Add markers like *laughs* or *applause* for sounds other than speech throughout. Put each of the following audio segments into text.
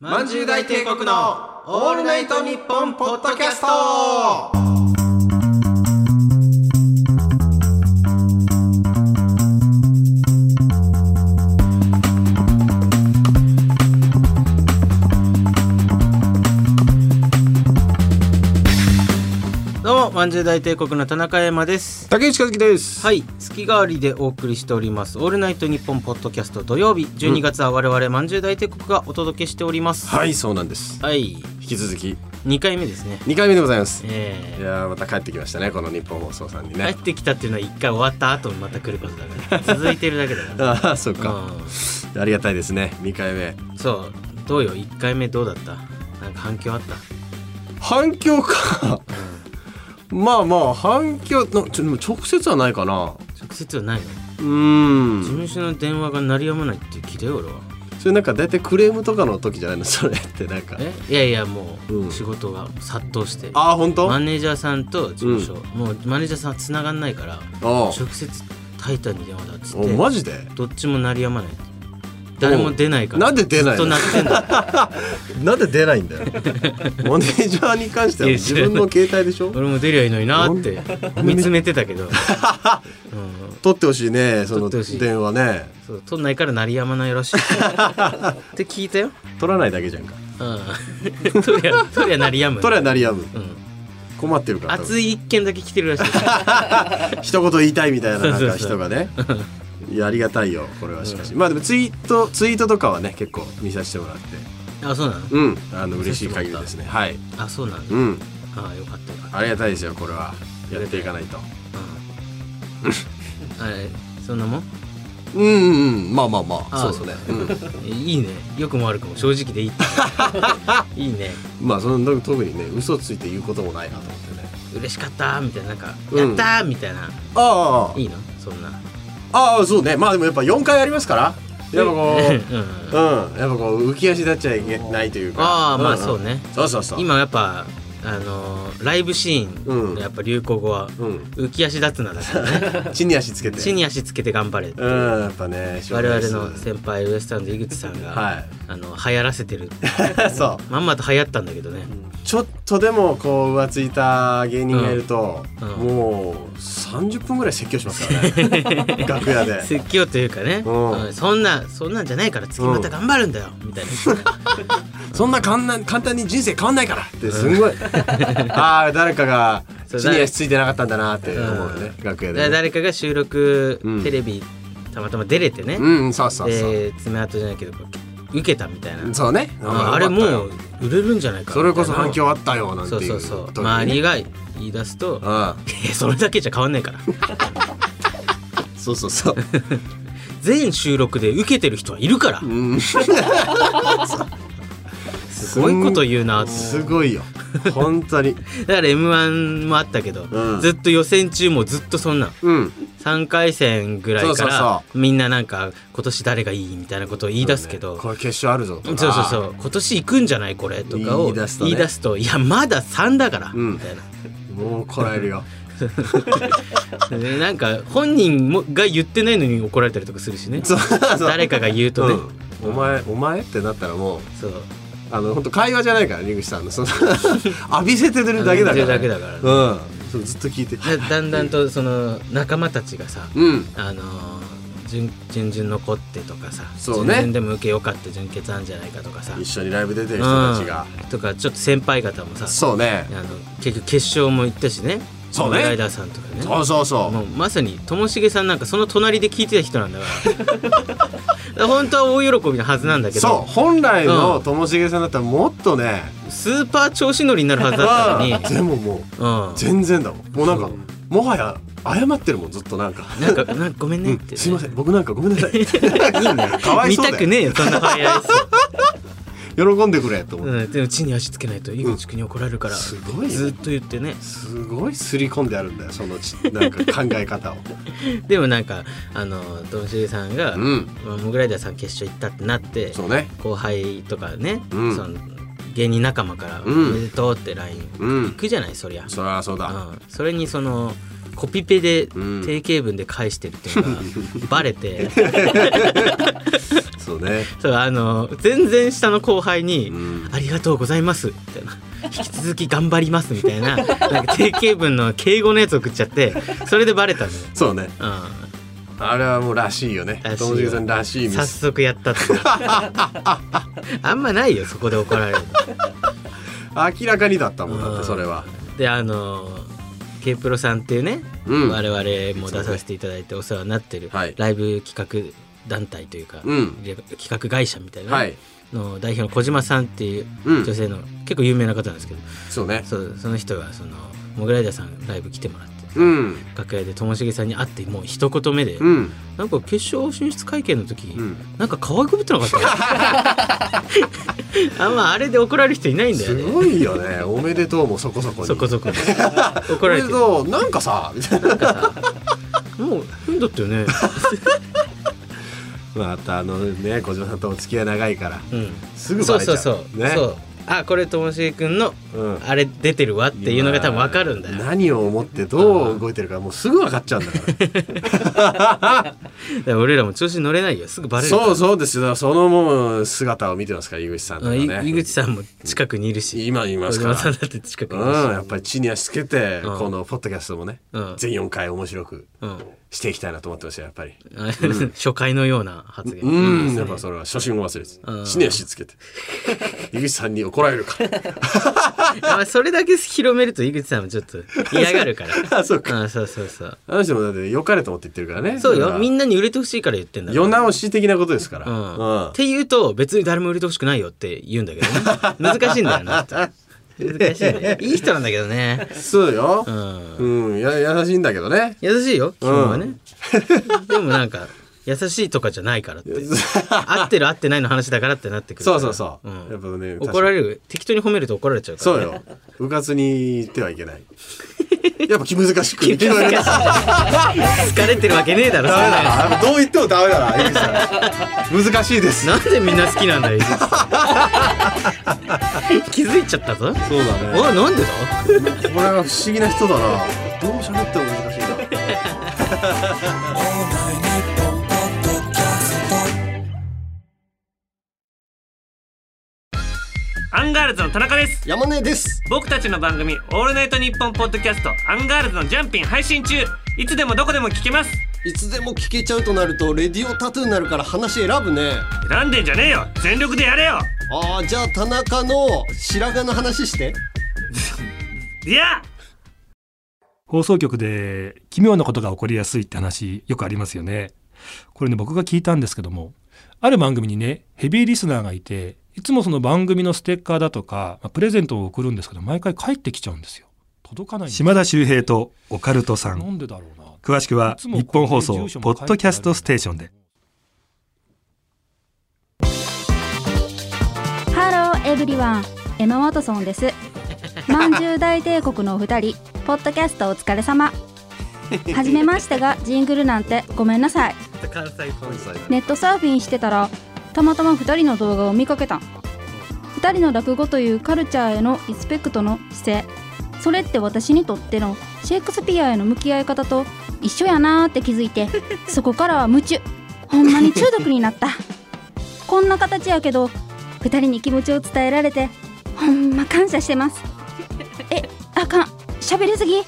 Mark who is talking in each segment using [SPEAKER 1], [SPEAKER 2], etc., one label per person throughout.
[SPEAKER 1] まんじゅう大帝国のオールナイトニッポンポッドキャストどうもまんじゅう大帝国の田中山です
[SPEAKER 2] 竹内和樹です。
[SPEAKER 1] はい月替わりでお送りしております「オールナイトニッポン」ポッドキャスト土曜日12月は我々まんじゅう大帝国がお届けしております
[SPEAKER 2] はい、そうなんです。
[SPEAKER 1] はい
[SPEAKER 2] 引き続き
[SPEAKER 1] 2回目ですね
[SPEAKER 2] 2回目でございます。い
[SPEAKER 1] え
[SPEAKER 2] やーまた帰ってきましたねこの日本放送さんに
[SPEAKER 1] ー、
[SPEAKER 2] ね
[SPEAKER 1] 帰。ってきたっていうのは1回終わった後にまた来ることだから続いてるだけだか
[SPEAKER 2] *laughs* ああ、そっ
[SPEAKER 1] ら
[SPEAKER 2] か。ありがたいですね。2回目。
[SPEAKER 1] うんそうどうよ1回目どうだったなんか反響あった
[SPEAKER 2] 反響か。まあまあ反響のちょでも直接はないかな。
[SPEAKER 1] 直接はないの、
[SPEAKER 2] う
[SPEAKER 1] 事
[SPEAKER 2] ーん。
[SPEAKER 1] 務所の電話が鳴りやまないって聞いたよ俺は
[SPEAKER 2] それなんか大体クレームとかの時じゃないの *laughs* それってなんか。
[SPEAKER 1] えいやいやも
[SPEAKER 2] う
[SPEAKER 1] うん仕事が殺到して、
[SPEAKER 2] ああ本当？
[SPEAKER 1] マ
[SPEAKER 2] あ
[SPEAKER 1] ネージャーさんと事務所、もうマネージャーさんは繋がんないから
[SPEAKER 2] あ。
[SPEAKER 1] 直接タイタンに電話だっつっ
[SPEAKER 2] お
[SPEAKER 1] て
[SPEAKER 2] マジで。
[SPEAKER 1] どっちも鳴りやまない誰も出ないから
[SPEAKER 2] なんで出ない
[SPEAKER 1] ずっと鳴
[SPEAKER 2] の
[SPEAKER 1] ってんだ
[SPEAKER 2] なんで出ないんだよ。
[SPEAKER 1] *laughs*
[SPEAKER 2] マネージャーに関しては自分の携帯でしょ。
[SPEAKER 1] 俺も出りゃいいのになって見つめてたけ
[SPEAKER 2] *laughs*
[SPEAKER 1] ど、うん、
[SPEAKER 2] 取ってほしいねそ
[SPEAKER 1] 取
[SPEAKER 2] の
[SPEAKER 1] ってほしい
[SPEAKER 2] 電話ね。
[SPEAKER 1] そう取んないから鳴りやまないらしいって聞いたよ、
[SPEAKER 2] 取らないだけじゃんか。
[SPEAKER 1] うん、 *laughs* 取りゃ取りゃ鳴りやむ
[SPEAKER 2] 取れは鳴りやむ。
[SPEAKER 1] うん、
[SPEAKER 2] 困ってるから。
[SPEAKER 1] 熱い一件だけ来て
[SPEAKER 2] *laughs*
[SPEAKER 1] るらしい
[SPEAKER 2] 一言言いたいみたいなな
[SPEAKER 1] そ
[SPEAKER 2] ん
[SPEAKER 1] うそ
[SPEAKER 2] か
[SPEAKER 1] うそう
[SPEAKER 2] 人がね。いやありがたいよこれはしかし。まあでもツイートツイートとかはね結構見させてもらって。
[SPEAKER 1] あそうなの
[SPEAKER 2] うん。あの嬉しい限りですね。はい。
[SPEAKER 1] あそうなの、
[SPEAKER 2] うん。
[SPEAKER 1] あよかったよかっ
[SPEAKER 2] ありがたいですよこれは。やっていかないと。
[SPEAKER 1] た、うん、あれそんなもん
[SPEAKER 2] うんうんうん。まあまあま
[SPEAKER 1] あ
[SPEAKER 2] あ。そうですね。うん
[SPEAKER 1] えいいねよくも悪くも正直でいいって
[SPEAKER 2] *laughs*
[SPEAKER 1] いいね
[SPEAKER 2] まあその特にね嘘ついて言うこともないなと思ってね。
[SPEAKER 1] 嬉しかったみたいななんか、
[SPEAKER 2] うん
[SPEAKER 1] やったーみたいな
[SPEAKER 2] ああ
[SPEAKER 1] いいのそんな
[SPEAKER 2] ああそうね。まあでもやっぱ4回ありますから。やっぱこう。
[SPEAKER 1] *laughs* うんうん
[SPEAKER 2] うん、やっぱこう浮き足立っちゃいけないというか
[SPEAKER 1] ああまあ
[SPEAKER 2] ん
[SPEAKER 1] そうね
[SPEAKER 2] そうそうそう
[SPEAKER 1] 今やっぱあのーライブシーンのやっぱ流行語は
[SPEAKER 2] うん
[SPEAKER 1] 浮き足立つなだから
[SPEAKER 2] *laughs*
[SPEAKER 1] ね
[SPEAKER 2] 地に足つけて
[SPEAKER 1] 地に足つけて頑張れって
[SPEAKER 2] うんやっぱね
[SPEAKER 1] 我々
[SPEAKER 2] 紹
[SPEAKER 1] の
[SPEAKER 2] 介する
[SPEAKER 1] 先輩ウエスタンド井口さんが、
[SPEAKER 2] はい
[SPEAKER 1] あの流行らせてる
[SPEAKER 2] *laughs* そう
[SPEAKER 1] まんまと流行ったんだけどね、
[SPEAKER 2] *laughs* ちょっとでもこう浮ついた芸人がいると、
[SPEAKER 1] うんうん
[SPEAKER 2] もう30分ぐらい説教しますから
[SPEAKER 1] *laughs*
[SPEAKER 2] ね楽屋で
[SPEAKER 1] 説教というかね、
[SPEAKER 2] うん
[SPEAKER 1] うんそんなそんなんじゃないから次また頑張るんだよ、み
[SPEAKER 2] *laughs*
[SPEAKER 1] たいな
[SPEAKER 2] そんな簡単簡単に人生変わんないからって
[SPEAKER 1] *laughs*
[SPEAKER 2] すんごい、ああ誰かが
[SPEAKER 1] そう
[SPEAKER 2] 地に足ついてなかったんだなって思うね、
[SPEAKER 1] う
[SPEAKER 2] 楽屋
[SPEAKER 1] だ
[SPEAKER 2] で、ね、
[SPEAKER 1] 誰かが収録、
[SPEAKER 2] うん
[SPEAKER 1] テレビたまたま出れてね、
[SPEAKER 2] うんそうそうそう、
[SPEAKER 1] で爪痕じゃないけどこう受けたみたいな、
[SPEAKER 2] そうね
[SPEAKER 1] ああれもう売れるんじゃないか
[SPEAKER 2] それこそ反
[SPEAKER 1] み
[SPEAKER 2] 響あったよな
[SPEAKER 1] た
[SPEAKER 2] ん
[SPEAKER 1] いな
[SPEAKER 2] て
[SPEAKER 1] そう
[SPEAKER 2] いう
[SPEAKER 1] そうそう
[SPEAKER 2] 時にね
[SPEAKER 1] 周りが言い出すと
[SPEAKER 2] あ
[SPEAKER 1] いやそれだけじゃ変わんないから
[SPEAKER 2] あそうそうそう
[SPEAKER 1] 全収録で受けてる人はいるから
[SPEAKER 2] うん
[SPEAKER 1] すごいこと言うなって
[SPEAKER 2] すごいよ本当に
[SPEAKER 1] だから m 1もあったけど、
[SPEAKER 2] うん
[SPEAKER 1] ずっと予選中もずっとそんなん
[SPEAKER 2] うん
[SPEAKER 1] 3回戦ぐらいか
[SPEAKER 2] そうそう
[SPEAKER 1] ら
[SPEAKER 2] そ
[SPEAKER 1] みんななんか今年誰がいいみたいなことを言い出すけど、
[SPEAKER 2] これ決勝あるぞと
[SPEAKER 1] そう
[SPEAKER 2] か
[SPEAKER 1] そうそう今年行くんじゃないこれとかを
[SPEAKER 2] 言い出すとね
[SPEAKER 1] 言い出すといやまだ3だから、
[SPEAKER 2] うん
[SPEAKER 1] みたいな
[SPEAKER 2] もうこらえるよ
[SPEAKER 1] *laughs* でなんか本人もが言ってないのに怒られたりとかするしね
[SPEAKER 2] そうそう
[SPEAKER 1] 誰かが言うとね、
[SPEAKER 2] うんお前お前ってなったらもう
[SPEAKER 1] そう
[SPEAKER 2] あの本当会話じゃないから井口さんのそ *laughs* の浴びせてるだけだ
[SPEAKER 1] 浴びせ
[SPEAKER 2] から、
[SPEAKER 1] てるだけだからね
[SPEAKER 2] うんそうずっと聞いて
[SPEAKER 1] だだんだんとその仲間たちがさ、
[SPEAKER 2] うん
[SPEAKER 1] あのー準準々残ってとかさ
[SPEAKER 2] そうね
[SPEAKER 1] 準々でも受けよかった準決あんじゃないかとかさ
[SPEAKER 2] 一緒にライブ出てる人たちが、
[SPEAKER 1] うんとかちょっと先輩方もさ
[SPEAKER 2] そうね
[SPEAKER 1] あの結局決勝も行ったしね
[SPEAKER 2] そうね
[SPEAKER 1] ライダーさんとかね
[SPEAKER 2] そうそうそ
[SPEAKER 1] もうまさにともしげさんなんかその隣で聞いてた人なんだから
[SPEAKER 2] *laughs*
[SPEAKER 1] だから本当は大喜びのはずなんだ
[SPEAKER 2] う
[SPEAKER 1] け
[SPEAKER 2] そ
[SPEAKER 1] ど
[SPEAKER 2] う本来
[SPEAKER 1] う
[SPEAKER 2] の
[SPEAKER 1] ん
[SPEAKER 2] ともしげさんだったらもっとね、
[SPEAKER 1] スーパー調子乗りになるはずだったのに、
[SPEAKER 2] でももう
[SPEAKER 1] うん、
[SPEAKER 2] 全然だもんもうなんかもはや謝ってるもんずっとなんか
[SPEAKER 1] なんかなんかごめんねって、
[SPEAKER 2] 「すいません僕なんかごめんな *laughs* さい」かわい
[SPEAKER 1] 見
[SPEAKER 2] そう
[SPEAKER 1] た
[SPEAKER 2] だ
[SPEAKER 1] く
[SPEAKER 2] よ
[SPEAKER 1] ねえよそんな早いっすよ
[SPEAKER 2] 喜んでくれと思って
[SPEAKER 1] うん、でも地に足つけないと井口君に怒られるから、
[SPEAKER 2] すごいね
[SPEAKER 1] ずっと言ってね
[SPEAKER 2] すごい刷り込んであるんだよその *laughs* ちなんか考え方を
[SPEAKER 1] でもなんかあのともしげさんが、
[SPEAKER 2] うん
[SPEAKER 1] まあ、モグライダーさん決勝行ったってなって
[SPEAKER 2] そうね
[SPEAKER 1] 後輩とかね、
[SPEAKER 2] うん
[SPEAKER 1] その芸人仲間から「お
[SPEAKER 2] うん
[SPEAKER 1] めでとう」って LINE
[SPEAKER 2] う
[SPEAKER 1] 行
[SPEAKER 2] ん
[SPEAKER 1] くじゃないそりゃ、
[SPEAKER 2] そりゃそうだ
[SPEAKER 1] うんそれにそのコピペで
[SPEAKER 2] うん
[SPEAKER 1] 定型文で返してるっていうのが
[SPEAKER 2] *laughs*
[SPEAKER 1] バレて
[SPEAKER 2] そうね。
[SPEAKER 1] そうあの全然下の後輩に
[SPEAKER 2] うん
[SPEAKER 1] 「ありがとうございます」みたいな「引き続き頑張ります」みたいななんか定型文の敬語のやつ送っちゃってそれでバレたのよ。
[SPEAKER 2] そうね。
[SPEAKER 1] う
[SPEAKER 2] あれはもうらしいよね。
[SPEAKER 1] らしい
[SPEAKER 2] ともしげさんらしい
[SPEAKER 1] ん、
[SPEAKER 2] ミ
[SPEAKER 1] 早
[SPEAKER 2] ス。
[SPEAKER 1] 速やったって
[SPEAKER 2] *laughs*
[SPEAKER 1] あんまないよそこで怒られるの
[SPEAKER 2] 明らかにだったもんだってそれは。
[SPEAKER 1] であの K プロさんっていうね、
[SPEAKER 2] うん
[SPEAKER 1] 我々も出させていただいてお世話になってる
[SPEAKER 2] はい
[SPEAKER 1] ライブ企画団体というか、
[SPEAKER 2] うん
[SPEAKER 1] レ企画会社みたいな、
[SPEAKER 2] はい。
[SPEAKER 1] の代表の小島さんっていう
[SPEAKER 2] うん
[SPEAKER 1] 女性の、結構有名な方なんですけど
[SPEAKER 2] そうね。
[SPEAKER 1] そうその人がそのモグライダーさんライブ来てもらって
[SPEAKER 2] うん。
[SPEAKER 1] 楽屋でともしげさんに会ってもう一言目で、
[SPEAKER 2] うん。
[SPEAKER 1] なんか決勝進出会見の時、
[SPEAKER 2] うん
[SPEAKER 1] なんか可愛くぶってなかった
[SPEAKER 2] *laughs*
[SPEAKER 1] あんまあれで怒られる人いないんだよ
[SPEAKER 2] す
[SPEAKER 1] ね
[SPEAKER 2] ごいよね。おめでとうもそこそこに。
[SPEAKER 1] そこそこ怒
[SPEAKER 2] お
[SPEAKER 1] ら
[SPEAKER 2] め
[SPEAKER 1] れ
[SPEAKER 2] で
[SPEAKER 1] てる
[SPEAKER 2] とう。なんかさ、みたいな。
[SPEAKER 1] もう変だったよね
[SPEAKER 2] *laughs* またあのね小島さんとお付き合い長いから
[SPEAKER 1] *laughs* うん
[SPEAKER 2] すぐ
[SPEAKER 1] そ
[SPEAKER 2] バ
[SPEAKER 1] う
[SPEAKER 2] レち
[SPEAKER 1] そ
[SPEAKER 2] ゃ
[SPEAKER 1] う
[SPEAKER 2] う
[SPEAKER 1] そう,、
[SPEAKER 2] ね
[SPEAKER 1] そうあこれともしげくんの
[SPEAKER 2] うん
[SPEAKER 1] あれ出てるわっていうのが多分わかるんだよ
[SPEAKER 2] 何を思ってどう動いてるかもうすぐ分かっちゃうんだか
[SPEAKER 1] だから俺らも調子乗れないよす *laughs* ぐバ
[SPEAKER 2] ら
[SPEAKER 1] レるから
[SPEAKER 2] そうそうですよそのもう姿を見てますから井口さんとか
[SPEAKER 1] あい井
[SPEAKER 2] ね
[SPEAKER 1] 口さんも近くにいるし
[SPEAKER 2] 今いま
[SPEAKER 1] 小
[SPEAKER 2] すか
[SPEAKER 1] 島さん
[SPEAKER 2] ら
[SPEAKER 1] だって近く
[SPEAKER 2] う
[SPEAKER 1] にいるし
[SPEAKER 2] ん、やっぱり地に足つけて、
[SPEAKER 1] うん
[SPEAKER 2] このポッドキャストもね、
[SPEAKER 1] うん
[SPEAKER 2] 全4回面白く
[SPEAKER 1] うん
[SPEAKER 2] していきたいなと思ってますよやっぱり
[SPEAKER 1] あ *laughs* 初回のような発言
[SPEAKER 2] う
[SPEAKER 1] い
[SPEAKER 2] ん、
[SPEAKER 1] いですね
[SPEAKER 2] やっぱそれは初心を忘れず、
[SPEAKER 1] うん
[SPEAKER 2] 地に足つけて井口さんに怒られるか
[SPEAKER 1] *laughs* あそれだけ広めると井口さんもちょっと嫌がるから
[SPEAKER 2] *laughs*
[SPEAKER 1] *laughs*
[SPEAKER 2] あそうか
[SPEAKER 1] うんそうそうそう
[SPEAKER 2] あの人もだって良かれと思って言ってるからね
[SPEAKER 1] そう
[SPEAKER 2] だか
[SPEAKER 1] よ
[SPEAKER 2] ら
[SPEAKER 1] みんなに売れてほしいから言ってんだから
[SPEAKER 2] 世直し的なことですから、
[SPEAKER 1] うんって言うと別に誰も売れてほしくないよって言うんだけ
[SPEAKER 2] *laughs*
[SPEAKER 1] どね難しいんだよな難しいねいい人なんだけどね
[SPEAKER 2] そうよ
[SPEAKER 1] う。ん
[SPEAKER 2] うん、や優しいんだけどね。
[SPEAKER 1] 優しいよ基本はねでもなんか優しいとかじゃないからって合ってる合ってないの話だからってなってくるか
[SPEAKER 2] *laughs* そう
[SPEAKER 1] ら
[SPEAKER 2] そうそう。
[SPEAKER 1] ん
[SPEAKER 2] やっぱね、
[SPEAKER 1] 怒ら
[SPEAKER 2] る。
[SPEAKER 1] れる適当に褒めると怒られちゃうから
[SPEAKER 2] そう
[SPEAKER 1] *laughs*
[SPEAKER 2] よ。うかつに言ってはい *laughs* けない。やっぱ気難しく言ってはいけない。
[SPEAKER 1] 疲れてるわけねえだろそ
[SPEAKER 2] ダメ
[SPEAKER 1] んな
[SPEAKER 2] だな。
[SPEAKER 1] や
[SPEAKER 2] やっぱどう言ってもダメだ *laughs* な。井口さん難しいで
[SPEAKER 1] つ
[SPEAKER 2] す。
[SPEAKER 1] なんでみんな好きなんだよ井
[SPEAKER 2] *laughs*
[SPEAKER 1] 口さん気づいちゃったぞ
[SPEAKER 2] そうだね。
[SPEAKER 1] おいなんでだ
[SPEAKER 2] これは不思議な人だな。どう喋っても難しいな。
[SPEAKER 3] アンガールズの田中です
[SPEAKER 2] 山根です。
[SPEAKER 3] 僕たちの番組「オールナイトニッポン」ポッドキャスト「アンガールズのジャンピン」配信中いつでもどこでも聞けます
[SPEAKER 4] いつでも聞けちゃうとなるとレディオタトゥーになるから話選ぶね
[SPEAKER 3] 選んでんじゃねえよ全力でやれよ
[SPEAKER 4] ああじゃあ田中の白髪の話して
[SPEAKER 3] いや
[SPEAKER 5] 放送局で奇妙なことが起こりやすいって話よくありますよね。これね僕が聞いたんですけどもある番組にねヘビーリスナーがいていつもその番組のステッカーだとか、まあプレゼントを送るんですけど毎回帰ってきちゃうんですよ。届かないんですよ
[SPEAKER 6] 島田秀平とオカルトさ
[SPEAKER 5] なんんでだろうな。
[SPEAKER 6] 詳しくは日本放送ポッドキャストステーションで
[SPEAKER 7] ハローエブリワン、エマ・ワトソンです。まんじゅう大帝国のお二人、ポッドキャストお疲れ様。はじめましてがジングルなんてごめんなさい。
[SPEAKER 1] 関西
[SPEAKER 7] ネットサーフィンしてたら、たまたま二人の動画を見かけた。二人の落語というカルチャーへのリスペクトの姿勢。それって私にとってのシェイクスピアへの向き合い方と一緒やなーって気づいて、そこからは夢中。ほんまに中毒になった。こんな形やけど2人に気持ちを伝えられてほんま感謝してますえあかん喋りすぎ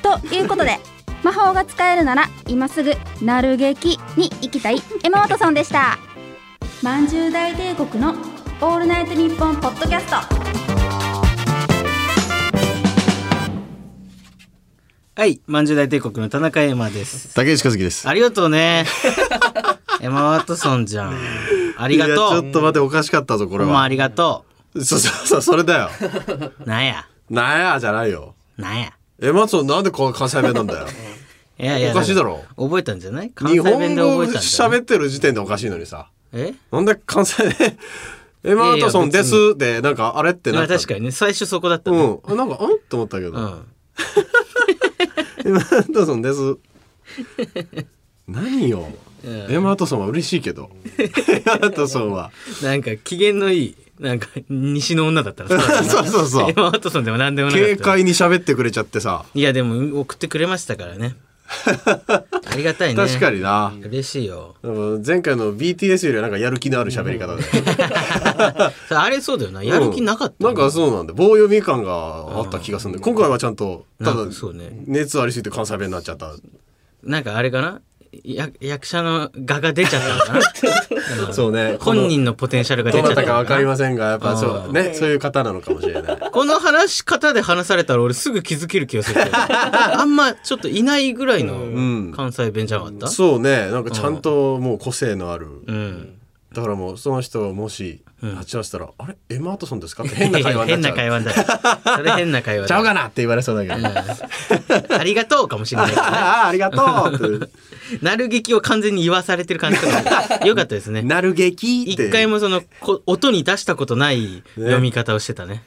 [SPEAKER 7] ということ *laughs* で魔法が使えるなら今すぐ「なる劇」に行きたいエマ・ワトソンで *laughs* したまんじゅう大帝国の「オールナイトニッポン」ポッドキャスト
[SPEAKER 1] はいまんじゅう大帝国の田中エマです
[SPEAKER 2] 竹内和樹です。
[SPEAKER 1] ありがとうねエマ・ワトソンじゃんあ
[SPEAKER 2] あ
[SPEAKER 1] りがとう
[SPEAKER 2] ちょっと待って、おかしかったぞ、こ
[SPEAKER 1] ど
[SPEAKER 2] れ
[SPEAKER 1] うもあ
[SPEAKER 2] は。
[SPEAKER 1] りがと
[SPEAKER 2] そうそうそう、それだよ。
[SPEAKER 1] うなんや
[SPEAKER 2] なんや、じゃないよ。
[SPEAKER 1] なんや
[SPEAKER 2] え、松尾なんでこう関西弁なんだ
[SPEAKER 1] *laughs*
[SPEAKER 2] よ。
[SPEAKER 1] いやいや
[SPEAKER 2] おかしいだろ
[SPEAKER 1] 覚えたんじゃない関
[SPEAKER 2] 日
[SPEAKER 1] 西
[SPEAKER 2] 本語
[SPEAKER 1] 弁で覚えたんじゃない
[SPEAKER 2] 喋ってる時点でおかしいのにさ。
[SPEAKER 1] え
[SPEAKER 2] なんで関西で、 *laughs* エマ・ワトソンですで、なんかあれって
[SPEAKER 1] ま
[SPEAKER 2] なっ
[SPEAKER 1] あ
[SPEAKER 2] た。
[SPEAKER 1] 確かにね最初そこだったね
[SPEAKER 2] うん。あなんか、うんと思ったけ
[SPEAKER 1] う
[SPEAKER 2] ど。
[SPEAKER 1] ん *laughs*
[SPEAKER 2] エマ・ワトソンです。何よ
[SPEAKER 1] うん
[SPEAKER 2] エマ・アトソンは嬉しい
[SPEAKER 1] *laughs*
[SPEAKER 2] けどエマ・アトソンは
[SPEAKER 1] なんか機嫌のいいなんか西の女だったら
[SPEAKER 2] *laughs*
[SPEAKER 1] そうだな
[SPEAKER 2] そうそうそう
[SPEAKER 1] エマ・ワトソンでも何でもなかった
[SPEAKER 2] 軽快に喋ってくれちゃってさ
[SPEAKER 1] いやでも送ってくれましたから
[SPEAKER 2] *laughs*
[SPEAKER 1] ねありがたいね
[SPEAKER 2] 確かにな、
[SPEAKER 1] 嬉しいよ
[SPEAKER 2] でも前回の BTS よりはなんかやる気のある喋り方で、
[SPEAKER 1] それあれそうだよなやる気なかった
[SPEAKER 2] な
[SPEAKER 1] よ
[SPEAKER 2] ん
[SPEAKER 1] ね、
[SPEAKER 2] かそうなんで棒読み感があった気がするんで今回はちゃんとただ
[SPEAKER 1] なんかそうね
[SPEAKER 2] 熱ありすぎて関西弁になっちゃった
[SPEAKER 1] なんかあれかなや役者の画が出ちゃったのかな
[SPEAKER 2] *laughs*
[SPEAKER 1] うん
[SPEAKER 2] そうね
[SPEAKER 1] 本人のポテンシャルが出
[SPEAKER 2] ど
[SPEAKER 1] ちゃ
[SPEAKER 2] な
[SPEAKER 1] った
[SPEAKER 2] た
[SPEAKER 1] の
[SPEAKER 2] かわかりませんがやっぱ
[SPEAKER 1] あ
[SPEAKER 2] そう
[SPEAKER 1] ー
[SPEAKER 2] ねそういう方なのかもしれない
[SPEAKER 1] この話し方で話されたら俺すぐ気づける気がするけ
[SPEAKER 2] *laughs*
[SPEAKER 1] どあんまちょっといないぐらいの
[SPEAKER 2] ん
[SPEAKER 1] 関西弁じゃなかった、
[SPEAKER 2] そうねなんかちゃんともう個性のある、
[SPEAKER 1] うん
[SPEAKER 2] だからもうその人がもし
[SPEAKER 1] うん
[SPEAKER 2] 立ち会わせたら「あれエマ・アトソンで
[SPEAKER 1] *laughs*
[SPEAKER 2] すか?」って変な会話になっ
[SPEAKER 1] 変
[SPEAKER 2] ちゃ
[SPEAKER 1] な
[SPEAKER 2] う
[SPEAKER 1] 会話だよそれ変な会話
[SPEAKER 2] ちゃう
[SPEAKER 1] だ
[SPEAKER 2] かなって言われそうだけど「あ
[SPEAKER 1] *laughs* ありがとうかもしれないけどね
[SPEAKER 2] あありがとう」っ
[SPEAKER 1] なる劇を完全に言わされてる感じとかよかったです
[SPEAKER 2] て「
[SPEAKER 1] ね
[SPEAKER 2] なる劇」って
[SPEAKER 1] 一回もそのこ音に出したことない読み方をしてたね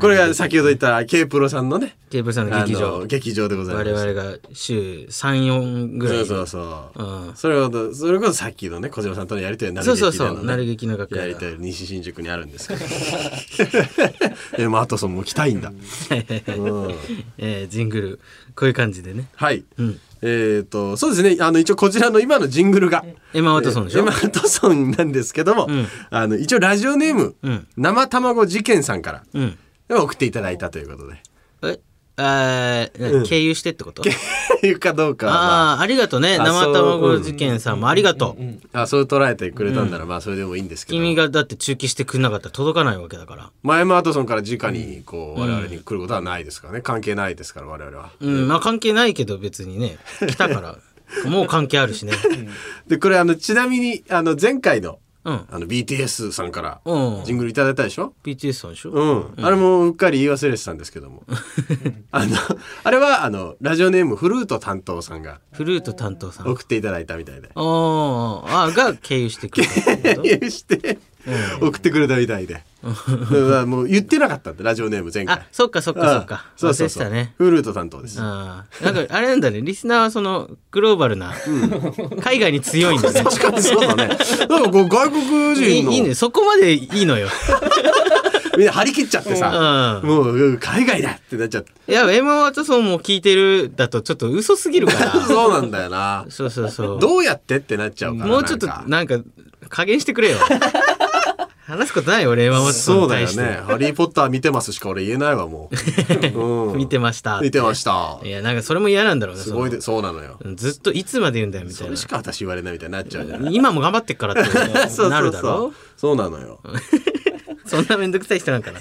[SPEAKER 2] これが先ほど言った K プロさんのね
[SPEAKER 1] ケーブルさんの
[SPEAKER 2] あ
[SPEAKER 1] 劇
[SPEAKER 2] の
[SPEAKER 1] 場
[SPEAKER 2] 劇場でございま
[SPEAKER 1] 我
[SPEAKER 2] す
[SPEAKER 1] 々が週34ぐらい
[SPEAKER 2] そうそうそう、
[SPEAKER 1] うん
[SPEAKER 2] それほどそれこそさっきのね小島さんとのやりとりはなる
[SPEAKER 1] そう
[SPEAKER 2] 劇
[SPEAKER 1] そう
[SPEAKER 2] で
[SPEAKER 1] そ
[SPEAKER 2] の
[SPEAKER 1] うなる劇の楽
[SPEAKER 2] や
[SPEAKER 1] 屋
[SPEAKER 2] り
[SPEAKER 1] が
[SPEAKER 2] とり西新宿にあるんですけど *laughs* エマ・アトソンも来たいんだ、うん
[SPEAKER 1] えージングルこういう感じでね
[SPEAKER 2] はい、
[SPEAKER 1] うん
[SPEAKER 2] えっ、とそうですねあの一応こちらの今のジングルが
[SPEAKER 1] エマ・ワトソンでし
[SPEAKER 2] エ
[SPEAKER 1] ょ
[SPEAKER 2] マ・アトソンなんですけども、
[SPEAKER 1] ん
[SPEAKER 2] あの一応ラジオネーム、
[SPEAKER 1] うん
[SPEAKER 2] 生卵事件さんから
[SPEAKER 1] うん
[SPEAKER 2] 送っていただいたということで *laughs*
[SPEAKER 1] えあー経由してってこと
[SPEAKER 2] いうかどうかはまあ
[SPEAKER 1] ああありがとうね
[SPEAKER 2] あ
[SPEAKER 1] 生
[SPEAKER 2] そう
[SPEAKER 1] 卵事件さんもありがとう
[SPEAKER 2] あそう捉えてくれたんなら、まあそれでもいいんですけど
[SPEAKER 1] 君がだって中期してくれなかったら届かないわけだから
[SPEAKER 2] 前もアトソンから直にこう我々に来ることはないですからね関係ないですから我々は。
[SPEAKER 1] うん、まあ関係ないけど別に *laughs* ね来たからもう関係あるしね
[SPEAKER 2] でこれあのちなみにあの前回の
[SPEAKER 1] うん
[SPEAKER 2] あの BTS さんから
[SPEAKER 1] うん
[SPEAKER 2] ジングルいただいたでしょ
[SPEAKER 1] BTS さんでしょ、
[SPEAKER 2] うん、あれもうっかり言い忘れてたんですけども *laughs* あのあれはあのラジオネームフルート担当さんが
[SPEAKER 1] フルート担当さんあ
[SPEAKER 2] 送っていただいたみたいで
[SPEAKER 1] ああが経由してくれたってこ *laughs*
[SPEAKER 2] 経由して送ってくれたみたいでだからもう言ってなかったんでラジオネーム前
[SPEAKER 1] と
[SPEAKER 2] 回
[SPEAKER 1] あそっかそっかそっか
[SPEAKER 2] うんそうそう
[SPEAKER 1] 忘
[SPEAKER 2] そ
[SPEAKER 1] れてた
[SPEAKER 2] う
[SPEAKER 1] ね
[SPEAKER 2] フルート担当です
[SPEAKER 1] ああなんかあれなんだねリスナーはそのグローバルな、海外に強いんだね
[SPEAKER 2] *laughs* 確かにそうだねなんかこう外国
[SPEAKER 1] いい
[SPEAKER 2] 人の
[SPEAKER 1] いいねそこまでいいのよ、
[SPEAKER 2] みんな張り切っちゃって
[SPEAKER 1] う
[SPEAKER 2] さ、
[SPEAKER 1] ん、
[SPEAKER 2] もう海外だってなっちゃって
[SPEAKER 1] いやエマ・ワトソンも聞いてるだとちょっと嘘すぎるから
[SPEAKER 2] *laughs* そうなんだよな
[SPEAKER 1] そうそうそう
[SPEAKER 2] どうやってってなっちゃうから
[SPEAKER 1] もうちょっと
[SPEAKER 2] なんか
[SPEAKER 1] なんか加減してく
[SPEAKER 2] *laughs*
[SPEAKER 1] れよ話すことないよ俺山本さん
[SPEAKER 2] そ
[SPEAKER 1] に
[SPEAKER 2] うだ
[SPEAKER 1] 対
[SPEAKER 2] よ
[SPEAKER 1] して、
[SPEAKER 2] ね「ハリー・ポッター」見てますしか俺言えないわも
[SPEAKER 1] *laughs*
[SPEAKER 2] う、うん、
[SPEAKER 1] 見てました
[SPEAKER 2] 見てました
[SPEAKER 1] いやなんかそれも嫌なんだろうね
[SPEAKER 2] すごいで
[SPEAKER 1] そ
[SPEAKER 2] そうなのよ
[SPEAKER 1] のずっといつまで言うんだよみた
[SPEAKER 2] そ
[SPEAKER 1] い
[SPEAKER 2] れ
[SPEAKER 1] な
[SPEAKER 2] しか私言われないみたいになっちゃうじゃん
[SPEAKER 1] 今も頑張ってっからって
[SPEAKER 2] *laughs* そう
[SPEAKER 1] な
[SPEAKER 2] そ
[SPEAKER 1] る
[SPEAKER 2] う
[SPEAKER 1] だ
[SPEAKER 2] そ
[SPEAKER 1] ろ
[SPEAKER 2] うそうなのよ
[SPEAKER 1] そんなめんどくさい人なんかな